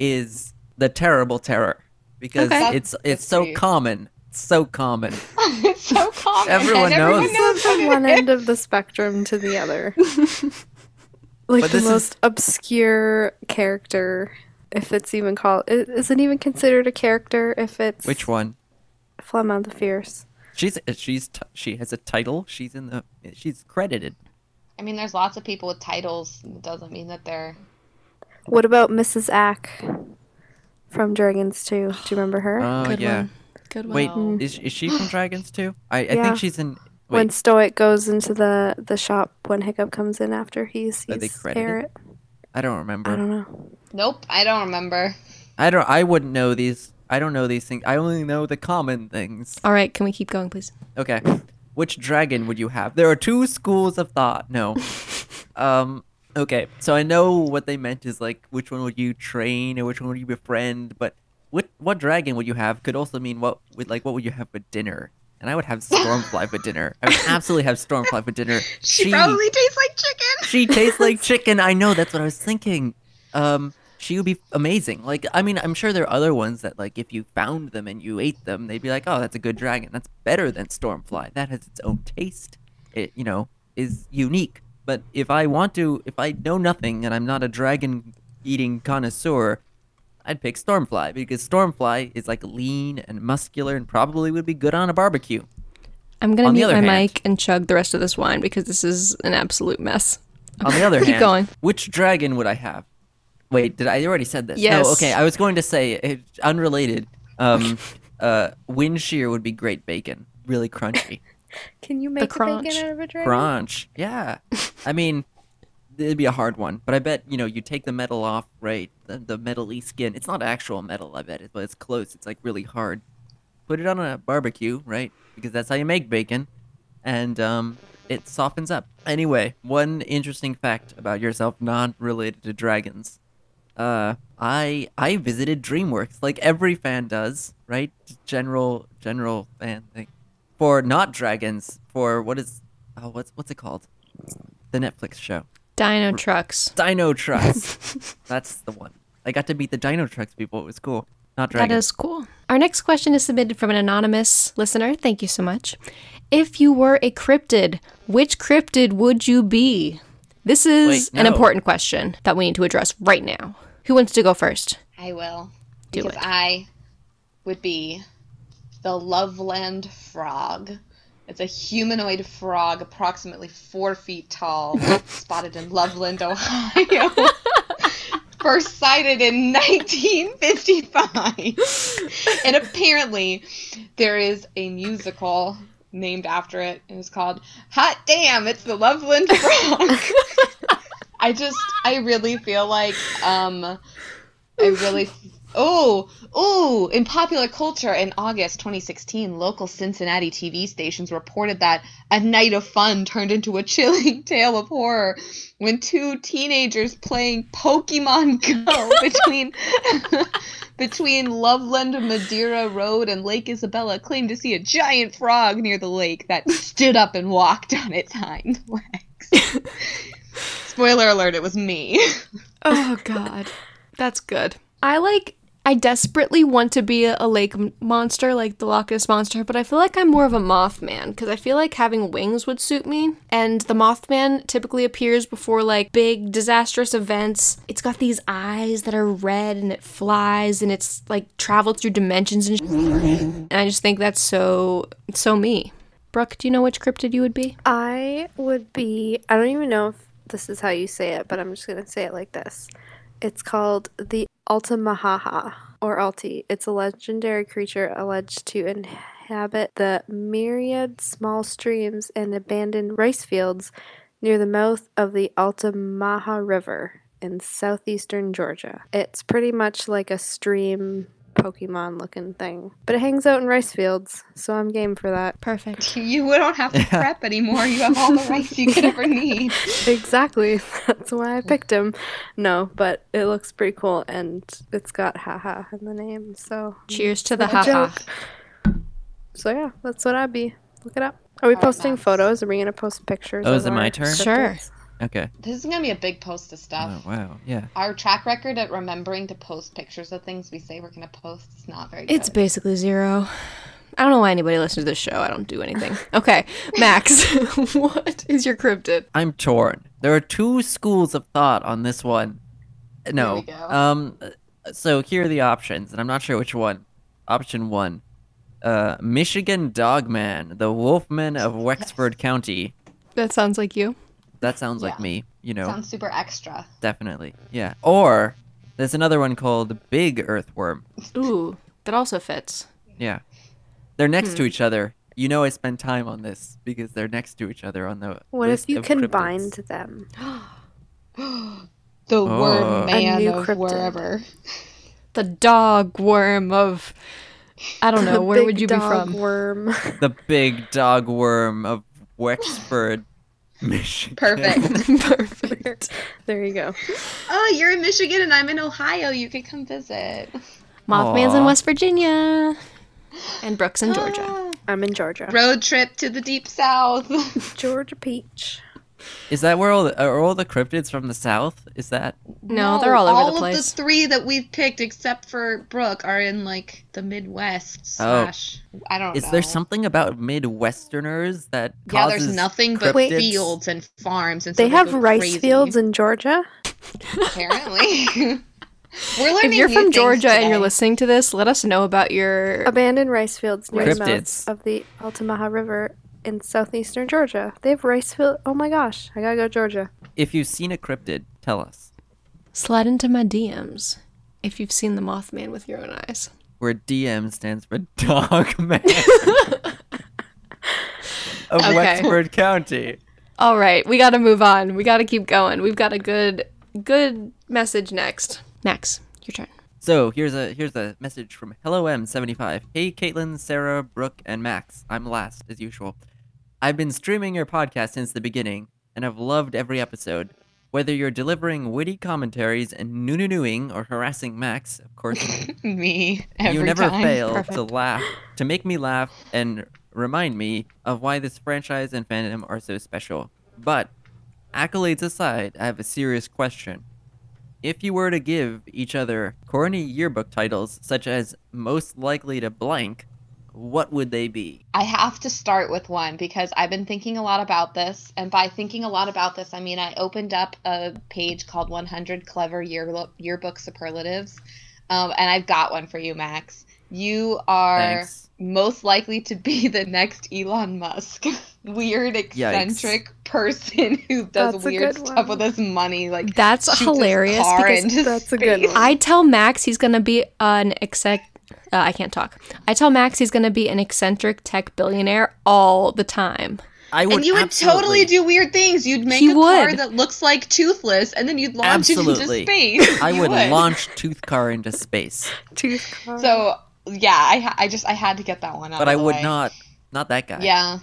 [SPEAKER 1] is the terrible terror because
[SPEAKER 3] Okay.
[SPEAKER 1] it's
[SPEAKER 2] That's
[SPEAKER 1] it's so
[SPEAKER 2] pretty-
[SPEAKER 1] common. so common.
[SPEAKER 2] it's so common.
[SPEAKER 1] Everyone
[SPEAKER 2] and everyone
[SPEAKER 1] knows.
[SPEAKER 2] knows what
[SPEAKER 4] from
[SPEAKER 2] it
[SPEAKER 4] one
[SPEAKER 2] is.
[SPEAKER 4] end of the spectrum to the other. like
[SPEAKER 1] But
[SPEAKER 4] the
[SPEAKER 1] this is-
[SPEAKER 4] most obscure character, if it's even called. i- Is it even considered a character if it's.
[SPEAKER 1] Which one?
[SPEAKER 4] Flema the Fierce.
[SPEAKER 1] She's she's t- she has a title. She's in the she's credited.
[SPEAKER 2] I mean, there's lots of people with titles. It doesn't mean that they're.
[SPEAKER 4] What about Mrs. Ack from Dragons 2? Do you remember her?
[SPEAKER 1] Oh
[SPEAKER 3] Good
[SPEAKER 1] yeah.
[SPEAKER 3] one. Good one.
[SPEAKER 1] Wait, is, is she from Dragons too? I, I
[SPEAKER 4] Yeah.
[SPEAKER 1] think she's in. Wait,
[SPEAKER 4] when Stoic goes into the, the shop when Hiccup comes in after he
[SPEAKER 1] Are they
[SPEAKER 4] sees
[SPEAKER 1] credited?
[SPEAKER 4] Carrot.
[SPEAKER 1] I don't
[SPEAKER 4] I
[SPEAKER 1] remember.
[SPEAKER 4] don't know.
[SPEAKER 2] Nope, I don't remember.
[SPEAKER 1] I don't. I wouldn't know these. I don't know these things. I only know the common things.
[SPEAKER 3] All right, can we keep going, please?
[SPEAKER 1] Okay. Which dragon would you have? There are two schools of thought. No. um. Okay. So I know what they meant is like, which one would you train and which one would you befriend? But what what dragon would you have? Could also mean what would like what would you have for dinner? And I would have Stormfly for dinner. I would absolutely have Stormfly for dinner.
[SPEAKER 2] She, probably tastes like chicken.
[SPEAKER 1] she tastes like chicken. I know that's what I was thinking. Um, she would be amazing. Like, I mean, I'm sure there are other ones that, like, if you found them and you ate them, they'd be like, "Oh, that's a good dragon. That's better than Stormfly. That has its own taste. It, you know, is unique." But if I want to, if I know nothing and I'm not a dragon eating connoisseur, I'd pick Stormfly because Stormfly is like lean and muscular and probably would be good on a barbecue.
[SPEAKER 3] I'm gonna
[SPEAKER 1] On the
[SPEAKER 3] mute my
[SPEAKER 1] other hand-
[SPEAKER 3] mic and chug the rest of this wine because this is an absolute mess.
[SPEAKER 1] On the other
[SPEAKER 3] Keep
[SPEAKER 1] hand,
[SPEAKER 3] going.
[SPEAKER 1] which dragon would I have? Wait, did I, I already said this?
[SPEAKER 3] Yes.
[SPEAKER 1] No, okay. I was going to say it, unrelated. Um, uh, wind shear would be great bacon, really crunchy,
[SPEAKER 4] Can you make a
[SPEAKER 3] crunch.
[SPEAKER 4] bacon out of a dragon?
[SPEAKER 1] crunch. Yeah. I mean, it'd be a hard one, but I bet you know you take the metal off, right? The, the metally skin. It's not actual metal, I bet, but it's close. It's like really hard. Put it on a barbecue, right? Because that's how you make bacon, and um, it softens up. Anyway, one interesting fact about yourself, not related to dragons. Uh, I I visited DreamWorks like every fan does, right? General general fan thing for not dragons for what is oh what's what's it called? The Netflix show.
[SPEAKER 3] Dino trucks.
[SPEAKER 1] Dino Trucks. That's the one. I got to meet the Dino Trucks people. It was cool. Not dragons.
[SPEAKER 3] That is cool. Our next question is submitted from an anonymous listener. Thank you so much. If you were a cryptid, which cryptid would you be? This is
[SPEAKER 1] Wait,
[SPEAKER 3] an
[SPEAKER 1] no.
[SPEAKER 3] important question that we need to address right now. Who wants to go first?
[SPEAKER 2] I will.
[SPEAKER 3] Do
[SPEAKER 2] because
[SPEAKER 3] it.
[SPEAKER 2] I would be the Loveland frog. It's a humanoid frog, approximately four feet tall, spotted in Loveland, Ohio. First sighted in 1955. and apparently, there is a musical named after it, and it's called Hot Damn, It's the Loveland Frog. I just, I really feel like, um, I really. Oh, oh! In popular culture, in August 2016, local Cincinnati TV stations reported that a night of fun turned into a chilling tale of horror when two teenagers playing Pokemon Go between between Loveland and Madeira Road and Lake Isabella claimed to see a giant frog near the lake that stood up and walked on its hind legs. Spoiler alert! It was me.
[SPEAKER 3] Oh god. That's good. I like I desperately want to be a, a lake m- monster like the Loch Ness monster, but I feel like I'm more of a Mothman because I feel like having wings would suit me. And the Mothman typically appears before like big disastrous events. It's got these eyes that are red and it flies and it's like traveled through dimensions and, sh- and I just think that's so so me. Brooke, do you know which cryptid you would be?
[SPEAKER 4] I would be. I don't even know if this is how you say it, but I'm just gonna say it like this. It's called the Altamahaha or Alti. It's a legendary creature alleged to inhabit the myriad small streams and abandoned rice fields near the mouth of the Altamaha River in southeastern Georgia. It's pretty much like a stream Pokemon looking thing, but it hangs out in rice fields, so I'm game for that.
[SPEAKER 3] Perfect.
[SPEAKER 2] You don't have to prep anymore. You have all the rice you could ever need.
[SPEAKER 4] Exactly. That's why I picked him. No, but it looks pretty cool and it's got haha in the name. So
[SPEAKER 3] Cheers to the
[SPEAKER 4] It's a
[SPEAKER 3] haha.
[SPEAKER 4] joke. So yeah, that's what I'd be. Look it up. Are we posting
[SPEAKER 2] Max.
[SPEAKER 4] photos? Are we gonna post pictures?
[SPEAKER 1] Oh,
[SPEAKER 4] of
[SPEAKER 1] is it
[SPEAKER 4] our
[SPEAKER 1] my turn?
[SPEAKER 3] Sure.
[SPEAKER 4] cryptids?
[SPEAKER 1] Okay.
[SPEAKER 2] This is gonna be a big post of
[SPEAKER 1] Oh,
[SPEAKER 2] stuff.
[SPEAKER 1] wow. Yeah.
[SPEAKER 2] Our track record at remembering to post pictures of things we say we're gonna post is not very
[SPEAKER 3] It's
[SPEAKER 2] good.
[SPEAKER 3] basically zero. I don't know why anybody listens to this show. I don't do anything. Okay, Max, what is your cryptid?
[SPEAKER 1] I'm torn. There are two schools of thought on this one. No.
[SPEAKER 2] we go.
[SPEAKER 1] Um so here are the options and I'm not sure which one. Option 1. Uh Michigan Dogman, the Wolfman of Wexford County.
[SPEAKER 3] That sounds like you.
[SPEAKER 1] That sounds like
[SPEAKER 2] Yeah.
[SPEAKER 1] me, you know.
[SPEAKER 2] Sounds super extra.
[SPEAKER 1] Definitely. Yeah. Or there's another one called Big Earthworm.
[SPEAKER 3] Ooh, that also fits.
[SPEAKER 1] Yeah. They're next
[SPEAKER 2] Hmm.
[SPEAKER 1] to each other. You know I spend time on this because they're next to each other on the
[SPEAKER 4] What
[SPEAKER 1] list
[SPEAKER 4] if you
[SPEAKER 1] of cryptids.
[SPEAKER 4] combined them?
[SPEAKER 2] The
[SPEAKER 1] Oh.
[SPEAKER 2] word
[SPEAKER 1] A
[SPEAKER 2] man
[SPEAKER 4] new
[SPEAKER 2] of
[SPEAKER 4] cryptid.
[SPEAKER 2] wherever.
[SPEAKER 3] The dog worm of I don't know.
[SPEAKER 4] The
[SPEAKER 3] Where would
[SPEAKER 4] big
[SPEAKER 3] you be
[SPEAKER 4] dog
[SPEAKER 3] from?
[SPEAKER 4] Worm.
[SPEAKER 1] The big dog worm of Wexford, Michigan.
[SPEAKER 2] Perfect.
[SPEAKER 3] Perfect.
[SPEAKER 4] there you go.
[SPEAKER 2] oh, you're in Michigan and I'm in Ohio. You could come visit.
[SPEAKER 3] Mothman's in
[SPEAKER 1] Aw.
[SPEAKER 3] West Virginia. And Brooks in Georgia.
[SPEAKER 2] Ah,
[SPEAKER 4] I'm in Georgia.
[SPEAKER 2] Road trip to the deep south.
[SPEAKER 4] Georgia Peach.
[SPEAKER 1] Is that where all the, are all the cryptids from the south? Is that
[SPEAKER 3] No, they're all over the
[SPEAKER 2] All of
[SPEAKER 3] place.
[SPEAKER 2] the three that we've picked, except for Brooke, are in like the Midwest slash. I don't
[SPEAKER 1] Oh. is
[SPEAKER 2] know.
[SPEAKER 1] there something about Midwesterners that
[SPEAKER 2] Yeah,
[SPEAKER 1] causes
[SPEAKER 2] there's nothing but
[SPEAKER 1] cryptids?
[SPEAKER 2] fields and farms, and so
[SPEAKER 4] They have
[SPEAKER 2] go
[SPEAKER 4] rice
[SPEAKER 2] crazy,
[SPEAKER 4] fields in Georgia.
[SPEAKER 2] Apparently, we're learning.
[SPEAKER 3] If you're
[SPEAKER 2] new
[SPEAKER 3] from
[SPEAKER 2] things
[SPEAKER 3] Georgia and you're
[SPEAKER 2] today.
[SPEAKER 3] listening to this, let us know about your
[SPEAKER 4] Abandoned rice fields near the mouth
[SPEAKER 1] Cryptids.
[SPEAKER 4] of the Altamaha River in southeastern Georgia. They have rice field. Oh my gosh, I gotta go Georgia.
[SPEAKER 1] If you've seen a cryptid, tell us.
[SPEAKER 3] slide into my DMs if you've seen the Mothman with your own eyes.
[SPEAKER 1] Where DM stands for Dog Man of
[SPEAKER 3] Okay.
[SPEAKER 1] Wexford County.
[SPEAKER 3] All right, we got to move on. We got to keep going. We've got a good good message next. Max, your turn.
[SPEAKER 1] So here's a here's a message from Hello M75. Hey Caitlin, Sarah, Brooke, and Max. I'm last as usual. I've been streaming your podcast since the beginning, and I've loved every episode. Whether you're delivering witty commentaries and noo nooing or harassing Max, of course,
[SPEAKER 2] me every
[SPEAKER 1] you never
[SPEAKER 2] time.
[SPEAKER 1] fail to
[SPEAKER 3] Perfect.
[SPEAKER 1] laugh, to make me laugh, and remind me of why this franchise and fandom are so special. But accolades aside, I have a serious question. If you were to give each other corny yearbook titles such as most likely to blank, what would they be?
[SPEAKER 2] I have to start with one because I've been thinking a lot about this. And by thinking a lot about this, I mean I opened up a page called 100 Clever Yearlo- Yearbook Superlatives. Um, and I've got one for you, Max. You are
[SPEAKER 1] Thanks.
[SPEAKER 2] most likely to be the next Elon Musk. Weird, eccentric person who does
[SPEAKER 4] That's a
[SPEAKER 2] weird
[SPEAKER 4] good
[SPEAKER 2] stuff
[SPEAKER 4] one.
[SPEAKER 2] with his money. Like,
[SPEAKER 3] That's
[SPEAKER 2] shoots his
[SPEAKER 3] hilarious
[SPEAKER 2] car
[SPEAKER 3] because
[SPEAKER 2] into
[SPEAKER 4] that's a good
[SPEAKER 2] space.
[SPEAKER 4] one.
[SPEAKER 3] I tell Max he's going to be an exec uh, I can't talk. I tell Max he's going to be an eccentric tech billionaire all the time.
[SPEAKER 1] I would
[SPEAKER 2] and you would
[SPEAKER 1] absolutely-
[SPEAKER 2] totally do weird things. You'd make
[SPEAKER 3] He
[SPEAKER 2] a car
[SPEAKER 3] would.
[SPEAKER 2] that looks like toothless, and then you'd launch
[SPEAKER 1] Absolutely.
[SPEAKER 2] it into space.
[SPEAKER 1] I
[SPEAKER 2] You
[SPEAKER 1] would launch Tooth Car into space,
[SPEAKER 4] Tooth car.
[SPEAKER 2] So yeah, I ha- I just I had to get that one out.
[SPEAKER 1] but
[SPEAKER 2] of
[SPEAKER 1] I
[SPEAKER 2] the
[SPEAKER 1] would
[SPEAKER 2] way.
[SPEAKER 1] not, not that guy.
[SPEAKER 2] Yeah.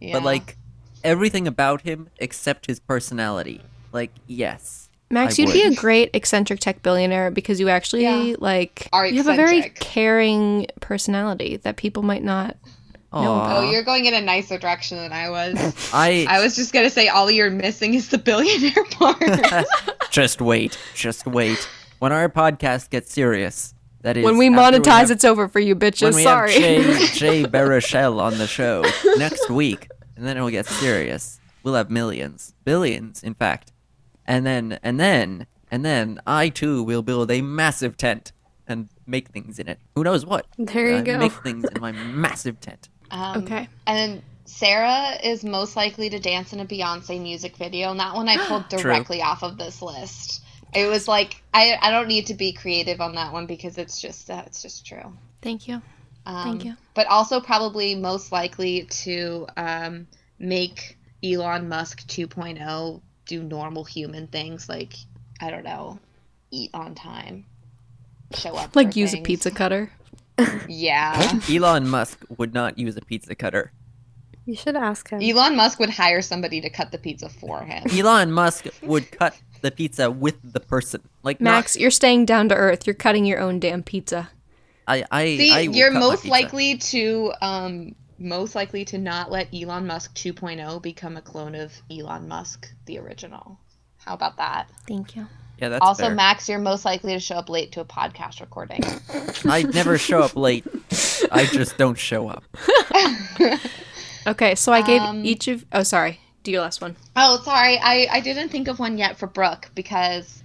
[SPEAKER 2] yeah.
[SPEAKER 1] But like everything about him except his personality. Like yes.
[SPEAKER 3] Max,
[SPEAKER 1] I
[SPEAKER 3] you'd be a
[SPEAKER 1] would.
[SPEAKER 3] great eccentric tech billionaire because you actually
[SPEAKER 2] Yeah.
[SPEAKER 3] like
[SPEAKER 2] Are
[SPEAKER 3] you have a very
[SPEAKER 2] eccentric.
[SPEAKER 3] caring personality that people might not.
[SPEAKER 1] Aw.
[SPEAKER 2] oh, you're going in a nicer direction than I was.
[SPEAKER 1] I,
[SPEAKER 2] I was just gonna say all you're missing is the billionaire part.
[SPEAKER 1] just wait, just wait. When our podcast gets serious, that is
[SPEAKER 3] when we
[SPEAKER 1] after
[SPEAKER 3] monetize,
[SPEAKER 1] have-
[SPEAKER 3] it's over for you bitches.
[SPEAKER 1] when we
[SPEAKER 3] Sorry.
[SPEAKER 1] have Jay, Jay Baruchel on the show next week, and then it'll get serious. We'll have millions, billions, in fact, and then and then and then I too will build a massive tent and make things in it. Who knows what?
[SPEAKER 4] There you
[SPEAKER 1] I
[SPEAKER 4] go.
[SPEAKER 1] Make things in my massive tent.
[SPEAKER 2] um,
[SPEAKER 3] okay.
[SPEAKER 2] And Sarah is most likely to dance in a Beyonce music video, and that one I pulled
[SPEAKER 1] True.
[SPEAKER 2] directly off of this list. It was like I, I don't need to be creative on that one because it's just uh, it's just true.
[SPEAKER 3] Thank you.
[SPEAKER 2] Um,
[SPEAKER 3] Thank you.
[SPEAKER 2] But also probably most likely to um, make Elon Musk 2.0 do normal human things like I don't know, eat on time, show up,
[SPEAKER 3] Like
[SPEAKER 2] for
[SPEAKER 3] use a
[SPEAKER 2] things.
[SPEAKER 3] pizza cutter.
[SPEAKER 2] Yeah,
[SPEAKER 1] Elon Musk would not use a pizza cutter.
[SPEAKER 4] you should ask him.
[SPEAKER 2] Elon Musk would hire somebody to cut the pizza for him.
[SPEAKER 1] Elon Musk would cut the pizza with the person. Like not-
[SPEAKER 3] Max, you're staying down to earth. You're cutting your own damn pizza.
[SPEAKER 1] I, I,
[SPEAKER 2] See,
[SPEAKER 1] I will
[SPEAKER 2] you're
[SPEAKER 1] cut my
[SPEAKER 2] most
[SPEAKER 1] pizza.
[SPEAKER 2] likely to um most likely to not let Elon Musk 2.0 become a clone of Elon Musk the original. How about that?
[SPEAKER 3] Thank you.
[SPEAKER 1] Yeah, that's
[SPEAKER 2] also,
[SPEAKER 1] fair.
[SPEAKER 2] Max, you're most likely to show up late to a podcast recording.
[SPEAKER 1] I never show up late. I just don't show up.
[SPEAKER 3] Okay, so I gave
[SPEAKER 2] Um,
[SPEAKER 3] each of. Oh, sorry. Do your last one.
[SPEAKER 2] oh, sorry, I I didn't think of one yet for Brooke because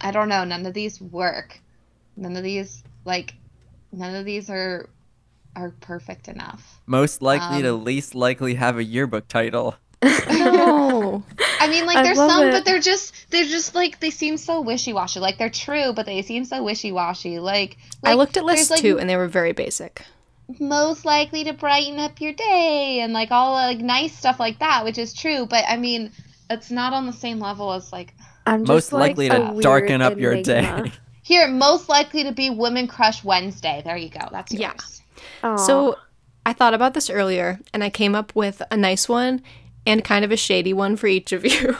[SPEAKER 2] I don't know. None of these work. None of these like none of these are are perfect enough.
[SPEAKER 1] Most likely to
[SPEAKER 2] Um,
[SPEAKER 1] least likely have a yearbook title.
[SPEAKER 3] No.
[SPEAKER 2] I mean, like
[SPEAKER 4] I
[SPEAKER 2] there's
[SPEAKER 4] love
[SPEAKER 2] some,
[SPEAKER 4] it.
[SPEAKER 2] but they're just they're just like they seem so wishy washy. Like they're true, but they seem so wishy washy. Like,
[SPEAKER 3] I
[SPEAKER 2] like,
[SPEAKER 3] looked at
[SPEAKER 2] there's,
[SPEAKER 3] list
[SPEAKER 2] like,
[SPEAKER 3] two and they were very basic.
[SPEAKER 2] most likely to brighten up your day and like all like nice stuff like that, which is true. But I mean, it's not on the same level as like
[SPEAKER 4] I'm
[SPEAKER 1] Most
[SPEAKER 4] just like
[SPEAKER 1] likely
[SPEAKER 4] a
[SPEAKER 1] to darken
[SPEAKER 4] weird
[SPEAKER 1] up your day.
[SPEAKER 4] enigma.
[SPEAKER 2] Here, most likely to be Women Crush Wednesday. There you go. That's yours.
[SPEAKER 3] Yeah.
[SPEAKER 4] Aw.
[SPEAKER 3] So I thought about this earlier and I came up with a nice one and kind of a shady one for each of you.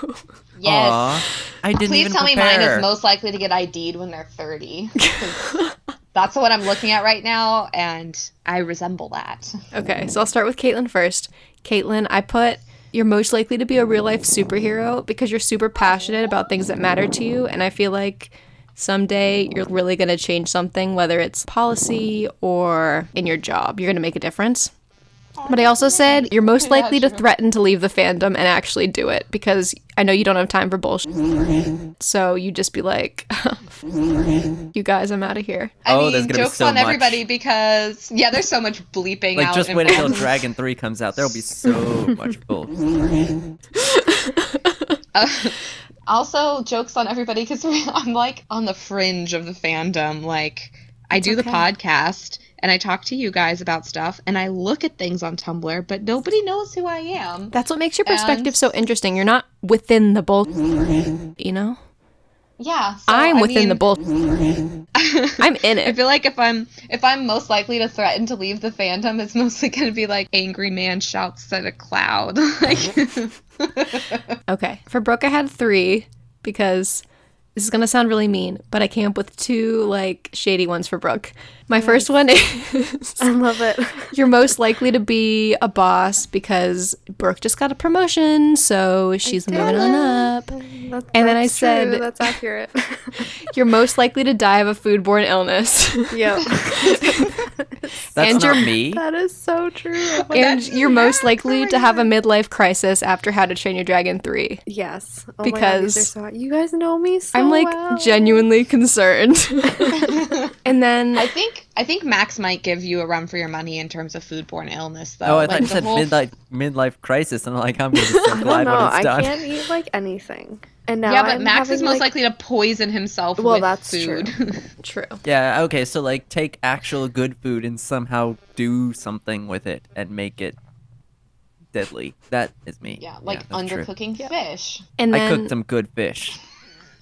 [SPEAKER 2] Yes.
[SPEAKER 1] Aw, I didn't
[SPEAKER 2] Please
[SPEAKER 1] even
[SPEAKER 2] tell me mine
[SPEAKER 1] prepare.
[SPEAKER 2] is most likely to get ID'd when they're 30. 'Cause That's what I'm looking at right now, and I resemble that.
[SPEAKER 3] okay, so I'll start with Caitlin first. Caitlin, I put you're most likely to be a real life superhero because you're super passionate about things that matter to you. And I feel like someday you're really going to change something, whether it's policy or in your job. You're going to make a difference. But I also said you're most likely to threaten to leave the fandom and actually do it because I know you don't have time for bullshit. So you just be like, you guys, I'm out of here.
[SPEAKER 2] I
[SPEAKER 1] Oh,
[SPEAKER 2] mean,
[SPEAKER 1] there's gonna be
[SPEAKER 2] jokes
[SPEAKER 1] so
[SPEAKER 2] on
[SPEAKER 1] much.
[SPEAKER 2] everybody because yeah, there's so much bleeping
[SPEAKER 1] Like,
[SPEAKER 2] out.
[SPEAKER 1] just
[SPEAKER 2] and-
[SPEAKER 1] wait until Dragon 3 comes out. There'll be so much bull.
[SPEAKER 2] also, jokes on everybody because I'm like on the fringe of the fandom. Like, I do the podcast and I talk to you guys about stuff, and I look at things on Tumblr, but nobody knows who I am.
[SPEAKER 3] That's what makes your perspective
[SPEAKER 2] And-
[SPEAKER 3] so interesting. You're not within the bull, you know?
[SPEAKER 2] Yeah, so,
[SPEAKER 3] I'm
[SPEAKER 2] I
[SPEAKER 3] within the
[SPEAKER 2] mean-
[SPEAKER 3] bull. I'm in
[SPEAKER 2] I
[SPEAKER 3] it.
[SPEAKER 2] feel like if I'm if I'm most likely to threaten to leave the fandom, it's mostly going to be like angry man shouts at a cloud. like,
[SPEAKER 3] Okay. For Brooke, I had three because this is going to sound really mean, but I came up with two, like, shady ones for Brooke. My first one is
[SPEAKER 4] I love it.
[SPEAKER 3] you're most likely to be a boss because Brooke just got a promotion, so she's moving on up.
[SPEAKER 4] That-
[SPEAKER 3] And then I
[SPEAKER 4] that's true,
[SPEAKER 3] said-
[SPEAKER 4] that's accurate.
[SPEAKER 3] You're most likely to die of a foodborne illness.
[SPEAKER 4] yep.
[SPEAKER 1] That's
[SPEAKER 3] And
[SPEAKER 1] not
[SPEAKER 3] your-
[SPEAKER 1] me.
[SPEAKER 4] that is so true. Oh my-
[SPEAKER 3] and you're most likely to have a midlife crisis after How to Train Your Dragon 3.
[SPEAKER 4] yes. Oh my God,
[SPEAKER 3] Because-
[SPEAKER 4] these are so, you guys know me so
[SPEAKER 3] I'm like
[SPEAKER 4] well.
[SPEAKER 3] genuinely concerned. and then
[SPEAKER 2] I think I think Max might give you a run for your money in terms of foodborne illness, though.
[SPEAKER 1] Oh, I
[SPEAKER 2] Like,
[SPEAKER 1] thought you
[SPEAKER 2] the
[SPEAKER 1] said
[SPEAKER 2] whole-
[SPEAKER 1] midlife, midlife crisis, and I'm like, I'm just so glad
[SPEAKER 4] no,
[SPEAKER 1] when it's
[SPEAKER 4] I
[SPEAKER 1] done.
[SPEAKER 4] can't eat like anything. And now
[SPEAKER 2] Yeah, but
[SPEAKER 4] I'm
[SPEAKER 2] Max is
[SPEAKER 4] having,
[SPEAKER 2] most
[SPEAKER 4] like,
[SPEAKER 2] likely to poison himself
[SPEAKER 4] Well,
[SPEAKER 2] with
[SPEAKER 4] that's true.
[SPEAKER 2] food.
[SPEAKER 3] true.
[SPEAKER 1] Yeah, okay, so like take actual good food and somehow do something with it and make it deadly. That is me.
[SPEAKER 2] yeah, like
[SPEAKER 1] that's true.
[SPEAKER 2] undercooking fish.
[SPEAKER 3] And
[SPEAKER 1] I
[SPEAKER 3] then
[SPEAKER 1] cooked some good fish.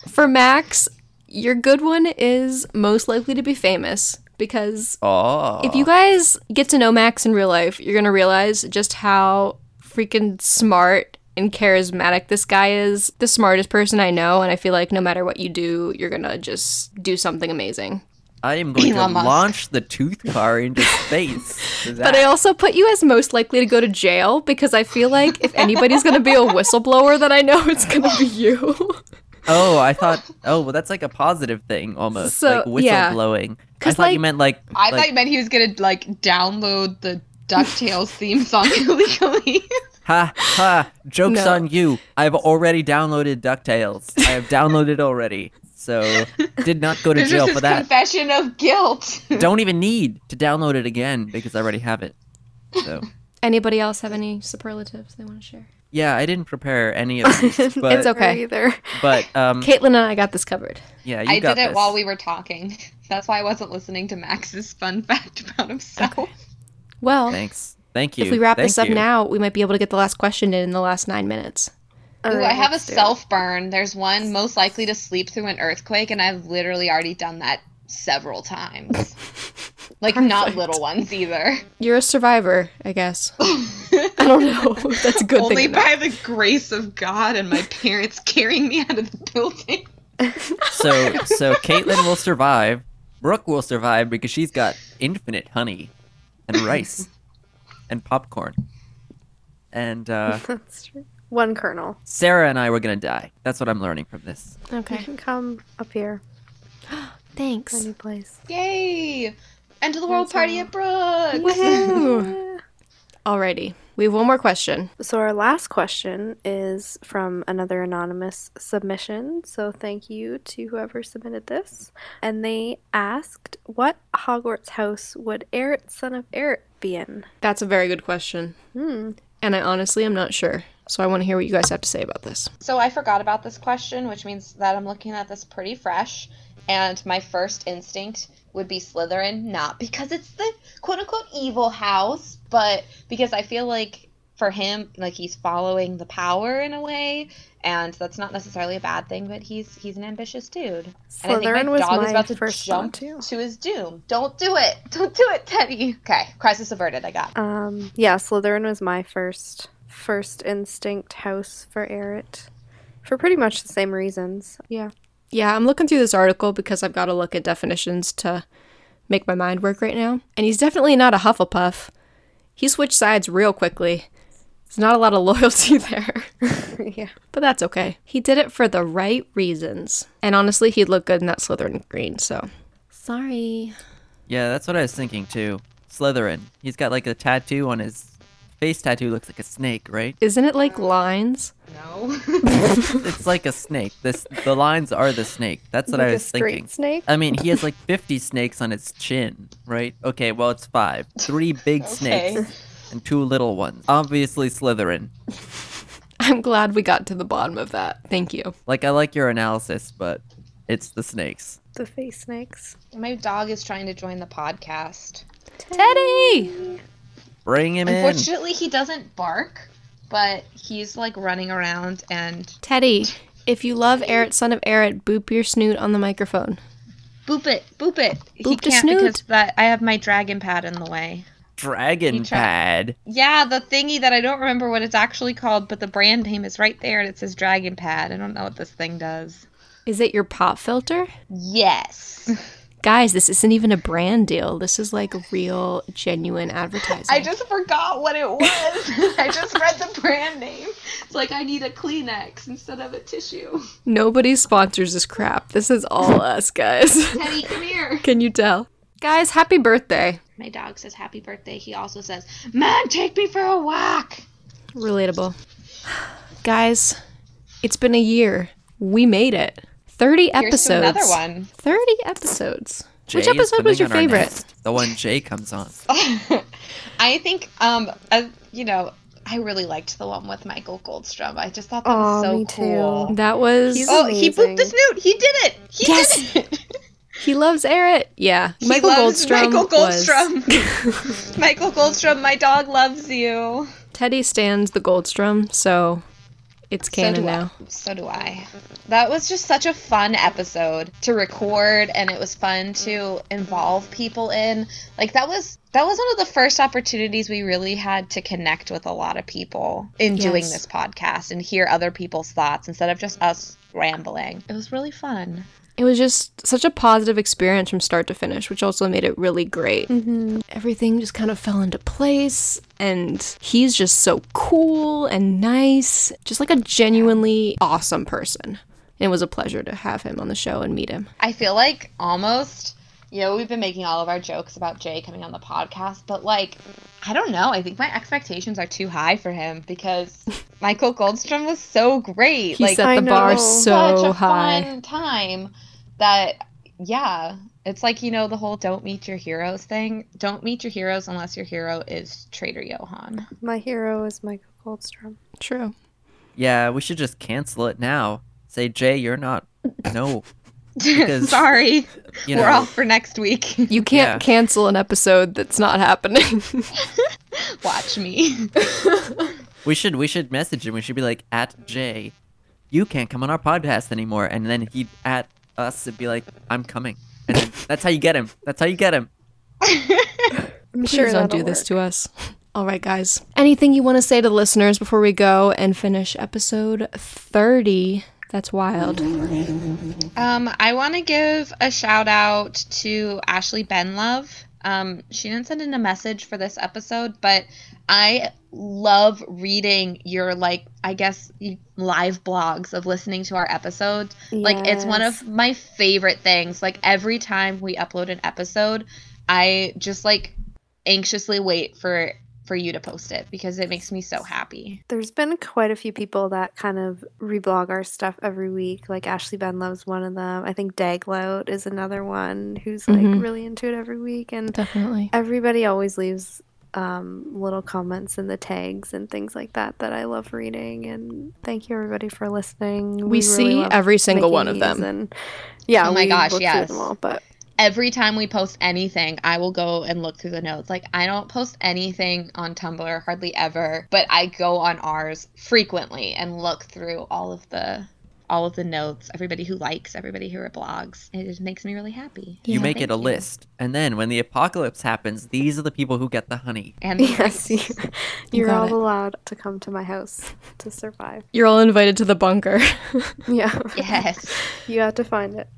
[SPEAKER 3] for Max, your good one is most likely to be famous because
[SPEAKER 1] Oh.
[SPEAKER 3] if you guys get to know Max in real life, you're going to realize just how freaking smart and charismatic this guy is. The smartest person I know and I feel like no matter what you do, you're going to just do something amazing.
[SPEAKER 1] I am going
[SPEAKER 2] Elon
[SPEAKER 1] to
[SPEAKER 2] Musk.
[SPEAKER 1] launch the tooth car into space. for
[SPEAKER 3] But I
[SPEAKER 1] that.
[SPEAKER 3] also put you as most likely to go to jail because I feel like if anybody's going to be a whistleblower that I know it's going to be you.
[SPEAKER 1] oh, I thought oh well that's like a positive thing almost.
[SPEAKER 3] So,
[SPEAKER 1] like
[SPEAKER 3] yeah.
[SPEAKER 1] whistleblowing. I
[SPEAKER 3] 'Cause,
[SPEAKER 1] thought you
[SPEAKER 3] like-
[SPEAKER 1] meant like
[SPEAKER 2] I
[SPEAKER 1] like,
[SPEAKER 2] thought you meant he was going to like download the DuckTales theme song illegally.
[SPEAKER 1] ha ha jokes
[SPEAKER 3] No.
[SPEAKER 1] on you. I've already downloaded DuckTales. I have downloaded already. So did not go to
[SPEAKER 2] There's
[SPEAKER 1] jail
[SPEAKER 2] just
[SPEAKER 1] for
[SPEAKER 2] his
[SPEAKER 1] that.
[SPEAKER 2] confession of guilt.
[SPEAKER 1] don't even need to download it again because I already have it. So
[SPEAKER 3] Anybody else have any superlatives they want to share?
[SPEAKER 1] yeah, I didn't prepare any of these, but
[SPEAKER 3] It's okay.
[SPEAKER 4] her either.
[SPEAKER 1] but um
[SPEAKER 3] Mm. Caitlin and I got this covered.
[SPEAKER 1] yeah, you
[SPEAKER 2] I
[SPEAKER 1] got
[SPEAKER 2] did it
[SPEAKER 1] this.
[SPEAKER 2] while we were talking. That's why I wasn't listening to Max's fun fact about himself.
[SPEAKER 3] Well,
[SPEAKER 1] Thanks, thank you.
[SPEAKER 3] if we wrap
[SPEAKER 1] Thank
[SPEAKER 3] this up
[SPEAKER 1] you.
[SPEAKER 3] now, we might be able to get the last question in in the last nine minutes.
[SPEAKER 2] Ooh,
[SPEAKER 4] Alright,
[SPEAKER 2] I have a
[SPEAKER 4] let's do it.
[SPEAKER 2] self burn. There's one most likely to sleep through an earthquake, and I've literally already done that several times. like not little ones either.
[SPEAKER 3] You're a survivor, I guess. I don't know. if That's a good
[SPEAKER 2] Only
[SPEAKER 3] thing. or not.
[SPEAKER 2] by the grace of God and my parents carrying me out of the building.
[SPEAKER 1] So so Caitlin will survive. Brooke will survive because she's got infinite honey and rice and popcorn. And uh,
[SPEAKER 4] That's true. One colonel.
[SPEAKER 1] Sarah and I were gonna die. That's what I'm learning from this.
[SPEAKER 4] You
[SPEAKER 3] Okay.
[SPEAKER 4] can come up here,
[SPEAKER 3] Thanks.
[SPEAKER 4] any place.
[SPEAKER 2] Yay! End of the world party at Brooks.
[SPEAKER 3] Woohoo! Alrighty. We have one more question.
[SPEAKER 4] So our last question is from another anonymous submission. So thank you to whoever submitted this. And they asked, "What Hogwarts house would Eric, son of Eric, be in?"
[SPEAKER 3] That's a very good question. And I honestly am not sure. So I want to hear what you guys have to say about this.
[SPEAKER 2] So I forgot about this question, which means that I'm looking at this pretty fresh. And my first instinct would be Slytherin, not because it's the quote unquote evil house, but because I feel like for him like he's following the power in a way and that's not necessarily a bad thing but he's he's an ambitious dude and i think
[SPEAKER 4] Slytherin
[SPEAKER 2] my
[SPEAKER 4] was
[SPEAKER 2] dog is
[SPEAKER 4] my
[SPEAKER 2] about to
[SPEAKER 4] first
[SPEAKER 2] jump
[SPEAKER 4] thought, too.
[SPEAKER 2] to his doom don't do it don't do it teddy okay crisis averted i got
[SPEAKER 4] Um, yeah, Slytherin was my first first instinct house for Erit, for pretty much the same reasons. Yeah,
[SPEAKER 3] Yeah, I'm looking through this article because I've got to look at definitions to make my mind work right now. And he's definitely not a Hufflepuff. He switched sides real quickly. There's not a lot of loyalty there,
[SPEAKER 4] yeah.
[SPEAKER 3] but that's okay. He did it for the right reasons. And honestly, he'd look good in that Slytherin green, so. Sorry.
[SPEAKER 1] Yeah, that's what I was thinking too. Slytherin. He's got like a tattoo on his face tattoo looks like a snake, right?
[SPEAKER 3] Isn't it like lines?
[SPEAKER 2] no
[SPEAKER 1] it's like a snake. This the lines are the snake. That's what I
[SPEAKER 4] Like a
[SPEAKER 1] was
[SPEAKER 4] straight
[SPEAKER 1] thinking. Uh,
[SPEAKER 4] snake.
[SPEAKER 1] I mean, he has like 50 snakes on his chin, right? Okay, well, it's five. Three big
[SPEAKER 2] Okay.
[SPEAKER 1] snakes and two little ones. Obviously, Slytherin.
[SPEAKER 3] I'm glad we got to the bottom of that. Thank you.
[SPEAKER 1] Like, I like your analysis, but it's the snakes.
[SPEAKER 4] The face snakes.
[SPEAKER 2] my dog is trying to join the podcast
[SPEAKER 3] Teddy!
[SPEAKER 1] Bring him in.
[SPEAKER 2] unfortunately he doesn't bark but he's like running around and
[SPEAKER 3] Teddy, if you love Eret, son of Eret, boop your snoot on the microphone.
[SPEAKER 2] boop it boop it he
[SPEAKER 3] Boop the
[SPEAKER 2] can't
[SPEAKER 3] snoot.
[SPEAKER 2] because that i have my dragon pad in the way
[SPEAKER 1] Dragon
[SPEAKER 2] You try-
[SPEAKER 1] pad.
[SPEAKER 2] Yeah, the thingy that I don't remember what it's actually called, but the brand name is right there and it says Dragon Pad. I don't know what this thing does.
[SPEAKER 3] Is it your pop filter?
[SPEAKER 2] Yes.
[SPEAKER 3] Guys, this isn't even a brand deal. This is like real, genuine advertising.
[SPEAKER 2] I just forgot what it was. I just read the brand name. It's like I need a Kleenex instead of a tissue.
[SPEAKER 3] Nobody sponsors this crap. This is all us, guys.
[SPEAKER 2] Teddy, come here.
[SPEAKER 3] Can you tell? Guys, happy birthday.
[SPEAKER 2] My dog says happy birthday. He also says, Mom, take me for a walk.
[SPEAKER 3] Relatable. Guys, it's been a year. We made it. 30
[SPEAKER 2] Here's
[SPEAKER 3] episodes.
[SPEAKER 2] to another one.
[SPEAKER 3] 30 episodes.
[SPEAKER 1] Jay
[SPEAKER 3] Which
[SPEAKER 1] is
[SPEAKER 3] episode
[SPEAKER 1] coming
[SPEAKER 3] was your
[SPEAKER 1] on our
[SPEAKER 3] favorite?
[SPEAKER 1] next- The one Jay comes on.
[SPEAKER 2] I think, um, as, you know, I really liked the one with Michael Goldstrom. I just thought that was
[SPEAKER 4] Aw,
[SPEAKER 2] so
[SPEAKER 4] me too.
[SPEAKER 2] cool.
[SPEAKER 3] That was.
[SPEAKER 4] He's-
[SPEAKER 2] Oh, he booped the
[SPEAKER 4] Amazing.
[SPEAKER 2] snoot. He did it. He
[SPEAKER 3] Yes.
[SPEAKER 2] did it.
[SPEAKER 3] he loves Eric. Yeah.
[SPEAKER 2] He
[SPEAKER 3] Michael
[SPEAKER 2] loves
[SPEAKER 3] Goldstrom.
[SPEAKER 2] Michael
[SPEAKER 3] was-
[SPEAKER 2] Goldstrom. Michael Goldstrom, my dog loves you.
[SPEAKER 3] Teddy stands the Goldstrom, so it's
[SPEAKER 2] so
[SPEAKER 3] canon
[SPEAKER 2] do
[SPEAKER 3] now.
[SPEAKER 2] I. So do I. That was just such a fun episode to record and it was fun to involve people in. Like that was that was one of the first opportunities we really had to connect with a lot of people in doing
[SPEAKER 3] Yes.
[SPEAKER 2] this podcast and hear other people's thoughts instead of just us rambling. It was really fun.
[SPEAKER 3] It was just such a positive experience from start to finish, which also made it really great. Everything just kind of fell into place, and he's just so cool and nice, just like a genuinely awesome person. And it was a pleasure to have him on the show and meet him.
[SPEAKER 2] I feel like almost, you know, we've been making all of our jokes about Jay coming on the podcast, but like, I don't know. I think my expectations are too high for him because Michael Goldstrom was so great.
[SPEAKER 3] He
[SPEAKER 2] like,
[SPEAKER 3] set
[SPEAKER 4] I
[SPEAKER 3] the bar
[SPEAKER 4] know.
[SPEAKER 3] so
[SPEAKER 2] such a
[SPEAKER 3] high.
[SPEAKER 2] fun time that, yeah, it's like, you know, the whole don't meet your heroes thing. Don't meet your heroes unless your hero is Trader Johan.
[SPEAKER 4] My hero is Michael Goldstrom.
[SPEAKER 3] True.
[SPEAKER 1] Yeah, we should just cancel it now. Say, Jay, you're not. No. Because,
[SPEAKER 2] Sorry.
[SPEAKER 1] You
[SPEAKER 2] We're
[SPEAKER 1] know-
[SPEAKER 2] off for next week.
[SPEAKER 3] You can't
[SPEAKER 1] Yeah.
[SPEAKER 3] cancel an episode that's not happening.
[SPEAKER 2] Watch me.
[SPEAKER 1] We should we should message him. We should be like at Jay, you can't come on our podcast anymore. And then he'd at us and be like, I'm coming. And then, that's how you get him. That's how you get him.
[SPEAKER 4] I'm
[SPEAKER 3] Please don't do
[SPEAKER 4] that'll
[SPEAKER 3] this
[SPEAKER 4] work.
[SPEAKER 3] to us. All right, guys. Anything you want to say to listeners before we go and finish episode 30? That's wild.
[SPEAKER 2] Um, I want to give a shout out to Ashley Benlove. Um, she didn't send in a message for this episode, but I love reading your like I guess you- live blogs of listening to our episodes. Like it's one
[SPEAKER 4] Yes.
[SPEAKER 2] of my favorite things. Like every time we upload an episode, I just like anxiously wait for for you to post it because it makes me so happy.
[SPEAKER 4] There's been quite a few people that kind of reblog our stuff every week. Like Ashley Ben loves one of them. I think Dagloat is another one who's like
[SPEAKER 3] Mhm.
[SPEAKER 4] really into it every week. And
[SPEAKER 3] Definitely.
[SPEAKER 4] everybody always leaves um, little comments in the tags and things like that that I love reading. And thank you everybody for listening.
[SPEAKER 3] We see
[SPEAKER 4] love
[SPEAKER 3] every single
[SPEAKER 4] making
[SPEAKER 3] one of
[SPEAKER 4] these
[SPEAKER 3] them.
[SPEAKER 4] And yeah,
[SPEAKER 2] Oh my
[SPEAKER 4] we
[SPEAKER 2] gosh,
[SPEAKER 4] look through
[SPEAKER 2] yes.
[SPEAKER 4] them all, but
[SPEAKER 2] every time we post anything, I will go and look through the notes. Like, I don't post anything on Tumblr hardly ever, but I go on ours frequently and look through all of the all of the notes, everybody who likes, everybody who blogs. It just makes me really happy.
[SPEAKER 1] you make
[SPEAKER 2] thank
[SPEAKER 1] it a
[SPEAKER 2] you.
[SPEAKER 1] list, and then when the apocalypse happens, these are the people who get the honey.
[SPEAKER 2] And
[SPEAKER 4] Yes, you, you're
[SPEAKER 3] got
[SPEAKER 4] all
[SPEAKER 3] it.
[SPEAKER 4] allowed to come to my house to survive.
[SPEAKER 3] You're all invited to the bunker.
[SPEAKER 4] Yeah,
[SPEAKER 2] yes,
[SPEAKER 4] you have to find it.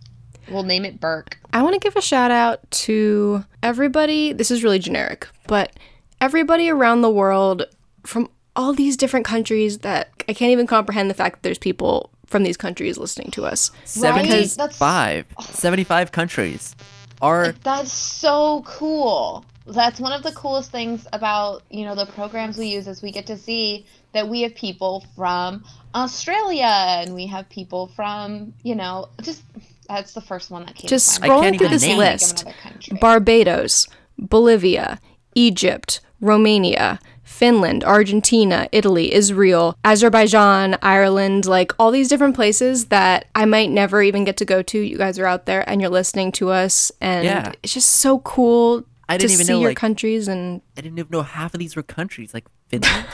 [SPEAKER 2] we'll name it Burke.
[SPEAKER 3] I want to give a shout out to everybody. This is really generic, but everybody around the world from all these different countries that I can't even comprehend the fact that there's people from these countries listening to us.
[SPEAKER 2] Right? That's-
[SPEAKER 1] 75, 75 countries are
[SPEAKER 2] That's so cool. That's one of the coolest things about, you know, the programs we use is we get to see that we have people from Australia and we have people from, you know, just that's the first one that came
[SPEAKER 3] Just
[SPEAKER 2] to mind.
[SPEAKER 1] I can't
[SPEAKER 3] scrolling through
[SPEAKER 1] even
[SPEAKER 3] this
[SPEAKER 1] name it.
[SPEAKER 3] list
[SPEAKER 2] Another country.
[SPEAKER 3] Barbados, Bolivia, Egypt, Romania, Finland, Argentina, Italy, Israel, Azerbaijan, Ireland, like all these different places that I might never even get to go to. You guys are out there and you're listening to us, and
[SPEAKER 1] Yeah.
[SPEAKER 3] it's just so cool
[SPEAKER 1] I
[SPEAKER 3] to
[SPEAKER 1] didn't even
[SPEAKER 3] see
[SPEAKER 1] know,
[SPEAKER 3] your
[SPEAKER 1] like-
[SPEAKER 3] countries. And
[SPEAKER 1] I didn't even know half of these were countries like Finland.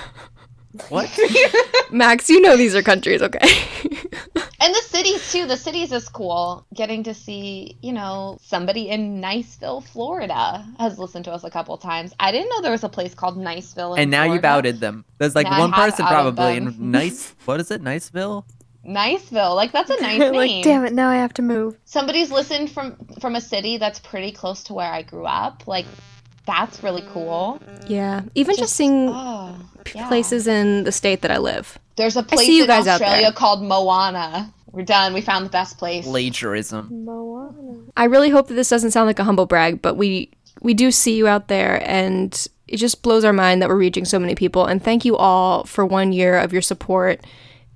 [SPEAKER 1] what?
[SPEAKER 3] Max, you know these are countries, okay?
[SPEAKER 2] And the cities too. The cities is cool. Getting to see, you know, somebody in Niceville, Florida has listened to us a couple times. I didn't know there was a place called Niceville. In
[SPEAKER 1] And now you've
[SPEAKER 2] Florida.
[SPEAKER 1] outed them. There's like
[SPEAKER 2] Now I
[SPEAKER 1] one
[SPEAKER 2] have
[SPEAKER 1] person
[SPEAKER 2] outed
[SPEAKER 1] probably
[SPEAKER 2] them.
[SPEAKER 1] in nice. What is it? Niceville.
[SPEAKER 2] Niceville, like that's a nice name.
[SPEAKER 4] like, damn it, now I have to move.
[SPEAKER 2] somebody's listened from from a city that's pretty close to where I grew up. Like that's really cool.
[SPEAKER 3] yeah. Even just, seeing
[SPEAKER 2] oh, yeah.
[SPEAKER 3] places in the state that I live.
[SPEAKER 2] There's a place
[SPEAKER 3] see you
[SPEAKER 2] in
[SPEAKER 3] guys out
[SPEAKER 2] Australia
[SPEAKER 3] there.
[SPEAKER 2] called Moana. We're done. We found the best place.
[SPEAKER 1] Plagiarism.
[SPEAKER 4] Moana.
[SPEAKER 3] I really hope that this doesn't sound like a humble brag, but we we do see you out there and it just blows our mind that we're reaching so many people and thank you all for one year of your support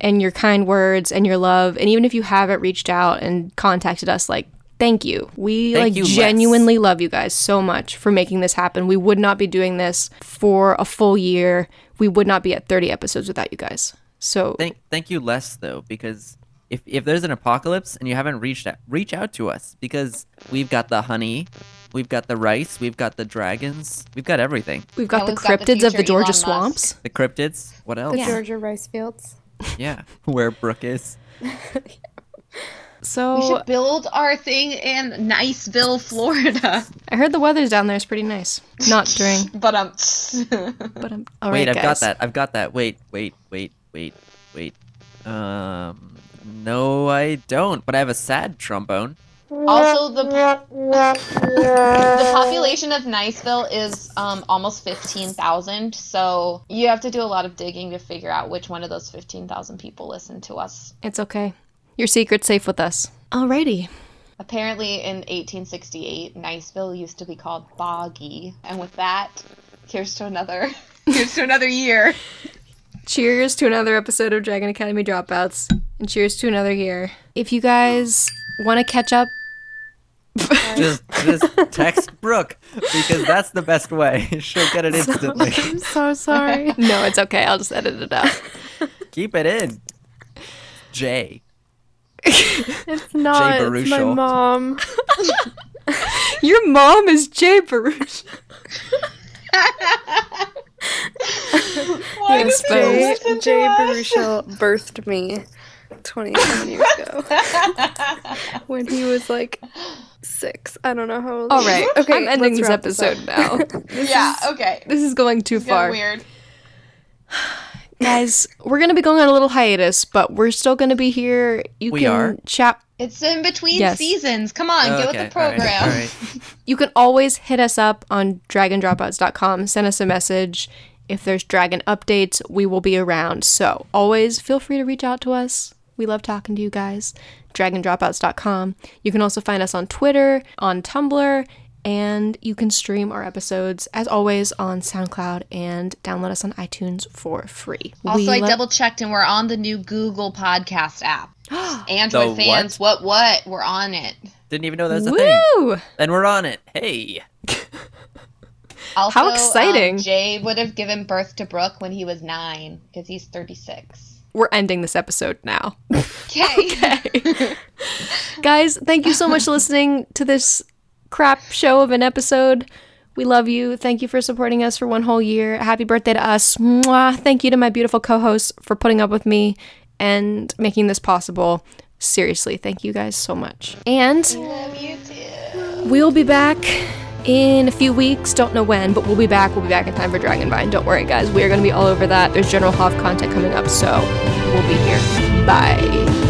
[SPEAKER 3] and your kind words and your love and even if you haven't reached out and contacted us like thank you we
[SPEAKER 1] Thank
[SPEAKER 3] like
[SPEAKER 1] you, Les.
[SPEAKER 3] genuinely love you guys so much for making this happen we would not be doing this for a full year we would not be at 30 episodes without you guys so
[SPEAKER 1] Thank thank you less though because if if there's an apocalypse and you haven't reached out, reach out to us because we've got the honey, we've got the rice, we've got the dragons, we've got everything.
[SPEAKER 3] we've got
[SPEAKER 2] And
[SPEAKER 3] the
[SPEAKER 2] we've got the
[SPEAKER 3] cryptids of the
[SPEAKER 2] future Elon
[SPEAKER 3] georgia
[SPEAKER 2] Musk.
[SPEAKER 3] swamps
[SPEAKER 1] The cryptids. What else?
[SPEAKER 4] The Georgia rice fields.
[SPEAKER 1] yeah. Where Brooke is.
[SPEAKER 3] so
[SPEAKER 2] We should build our thing in Niceville, Florida.
[SPEAKER 3] I heard the weather's down there is pretty nice. Not during,
[SPEAKER 2] But um,
[SPEAKER 3] but I'm all
[SPEAKER 1] wait,
[SPEAKER 3] right,
[SPEAKER 1] I've got
[SPEAKER 3] guys.
[SPEAKER 1] that. I've got that. Wait, wait, wait, wait, wait. Um, no, I don't. But I have a sad trombone.
[SPEAKER 2] also the the population of Niceville is um, almost fifteen thousand. So you have to do a lot of digging to figure out which one of those fifteen thousand people listen to us.
[SPEAKER 3] It's okay. Your secret's safe with us. Alrighty.
[SPEAKER 2] Apparently, in 1868, Niceville used to be called Boggy, and with that, here's to another, here's to another year.
[SPEAKER 3] Cheers to another episode of Dragon Academy Dropouts, and cheers to another year. If you guys want to catch up,
[SPEAKER 1] Just, just text Brooke because that's the best way. She'll get it instantly.
[SPEAKER 4] I'm so sorry.
[SPEAKER 3] no, it's okay. I'll just edit it out.
[SPEAKER 1] Keep it in. Jay.
[SPEAKER 4] It's not. It's my
[SPEAKER 1] Baruchel.
[SPEAKER 4] mom.
[SPEAKER 3] Your mom is Jay Baruch.
[SPEAKER 2] Why
[SPEAKER 3] Yes,
[SPEAKER 2] does he
[SPEAKER 3] Bo.
[SPEAKER 4] Jay,
[SPEAKER 2] listen to
[SPEAKER 4] Jay
[SPEAKER 2] us?
[SPEAKER 4] Baruchel birthed me 27 years ago when he was like six. I don't know how old.
[SPEAKER 3] All
[SPEAKER 4] he was.
[SPEAKER 3] right.
[SPEAKER 4] Okay.
[SPEAKER 3] I'm ending
[SPEAKER 4] let's
[SPEAKER 3] this
[SPEAKER 4] wrap
[SPEAKER 3] episode
[SPEAKER 4] up.
[SPEAKER 3] now.
[SPEAKER 2] yeah. Okay.
[SPEAKER 3] This is going too
[SPEAKER 2] It's getting
[SPEAKER 3] far.
[SPEAKER 2] weird.
[SPEAKER 3] Guys, we're going to be going on a little hiatus, but we're still going to be here. You
[SPEAKER 1] We
[SPEAKER 3] can
[SPEAKER 1] are?
[SPEAKER 3] chat
[SPEAKER 2] It's in between
[SPEAKER 3] Yes.
[SPEAKER 2] seasons. Come on, get with the
[SPEAKER 1] all right,
[SPEAKER 2] program.
[SPEAKER 1] all right.
[SPEAKER 3] you can always hit us up on dragondropouts.com send us a message if there's dragon updates we will be around so always feel free to reach out to us we love talking to you guys dragondropouts.com you can also find us on twitter on tumblr and you can stream our episodes as always on soundcloud and download us on itunes for free
[SPEAKER 2] Also,
[SPEAKER 3] We
[SPEAKER 2] I
[SPEAKER 3] lo-
[SPEAKER 2] double checked, and we're on the new Google Podcast app. Android
[SPEAKER 1] The
[SPEAKER 2] fans, what? what We're on it.
[SPEAKER 1] Didn't even know that's a thing.
[SPEAKER 3] Woo!
[SPEAKER 1] And we're on it. Hey.
[SPEAKER 2] Also, um,
[SPEAKER 3] exciting.
[SPEAKER 2] Jay would have given birth to Brooke when he was nine because he's 36.
[SPEAKER 3] We're ending this episode now.
[SPEAKER 2] okay.
[SPEAKER 3] Guys, thank you so much for listening to this crap show of an episode. We love you. Thank you for supporting us for one whole year. Happy birthday to us. Mwah. Thank you to my beautiful co hosts for putting up with me and making this possible. Seriously, thank you guys so much. And we'll be back in a few weeks. Don't know when, but we'll be back. We'll be back in time for Dragonvine. Don't worry, guys. We are going to be all over that. There's General Hoff content coming up, so we'll be here. Bye.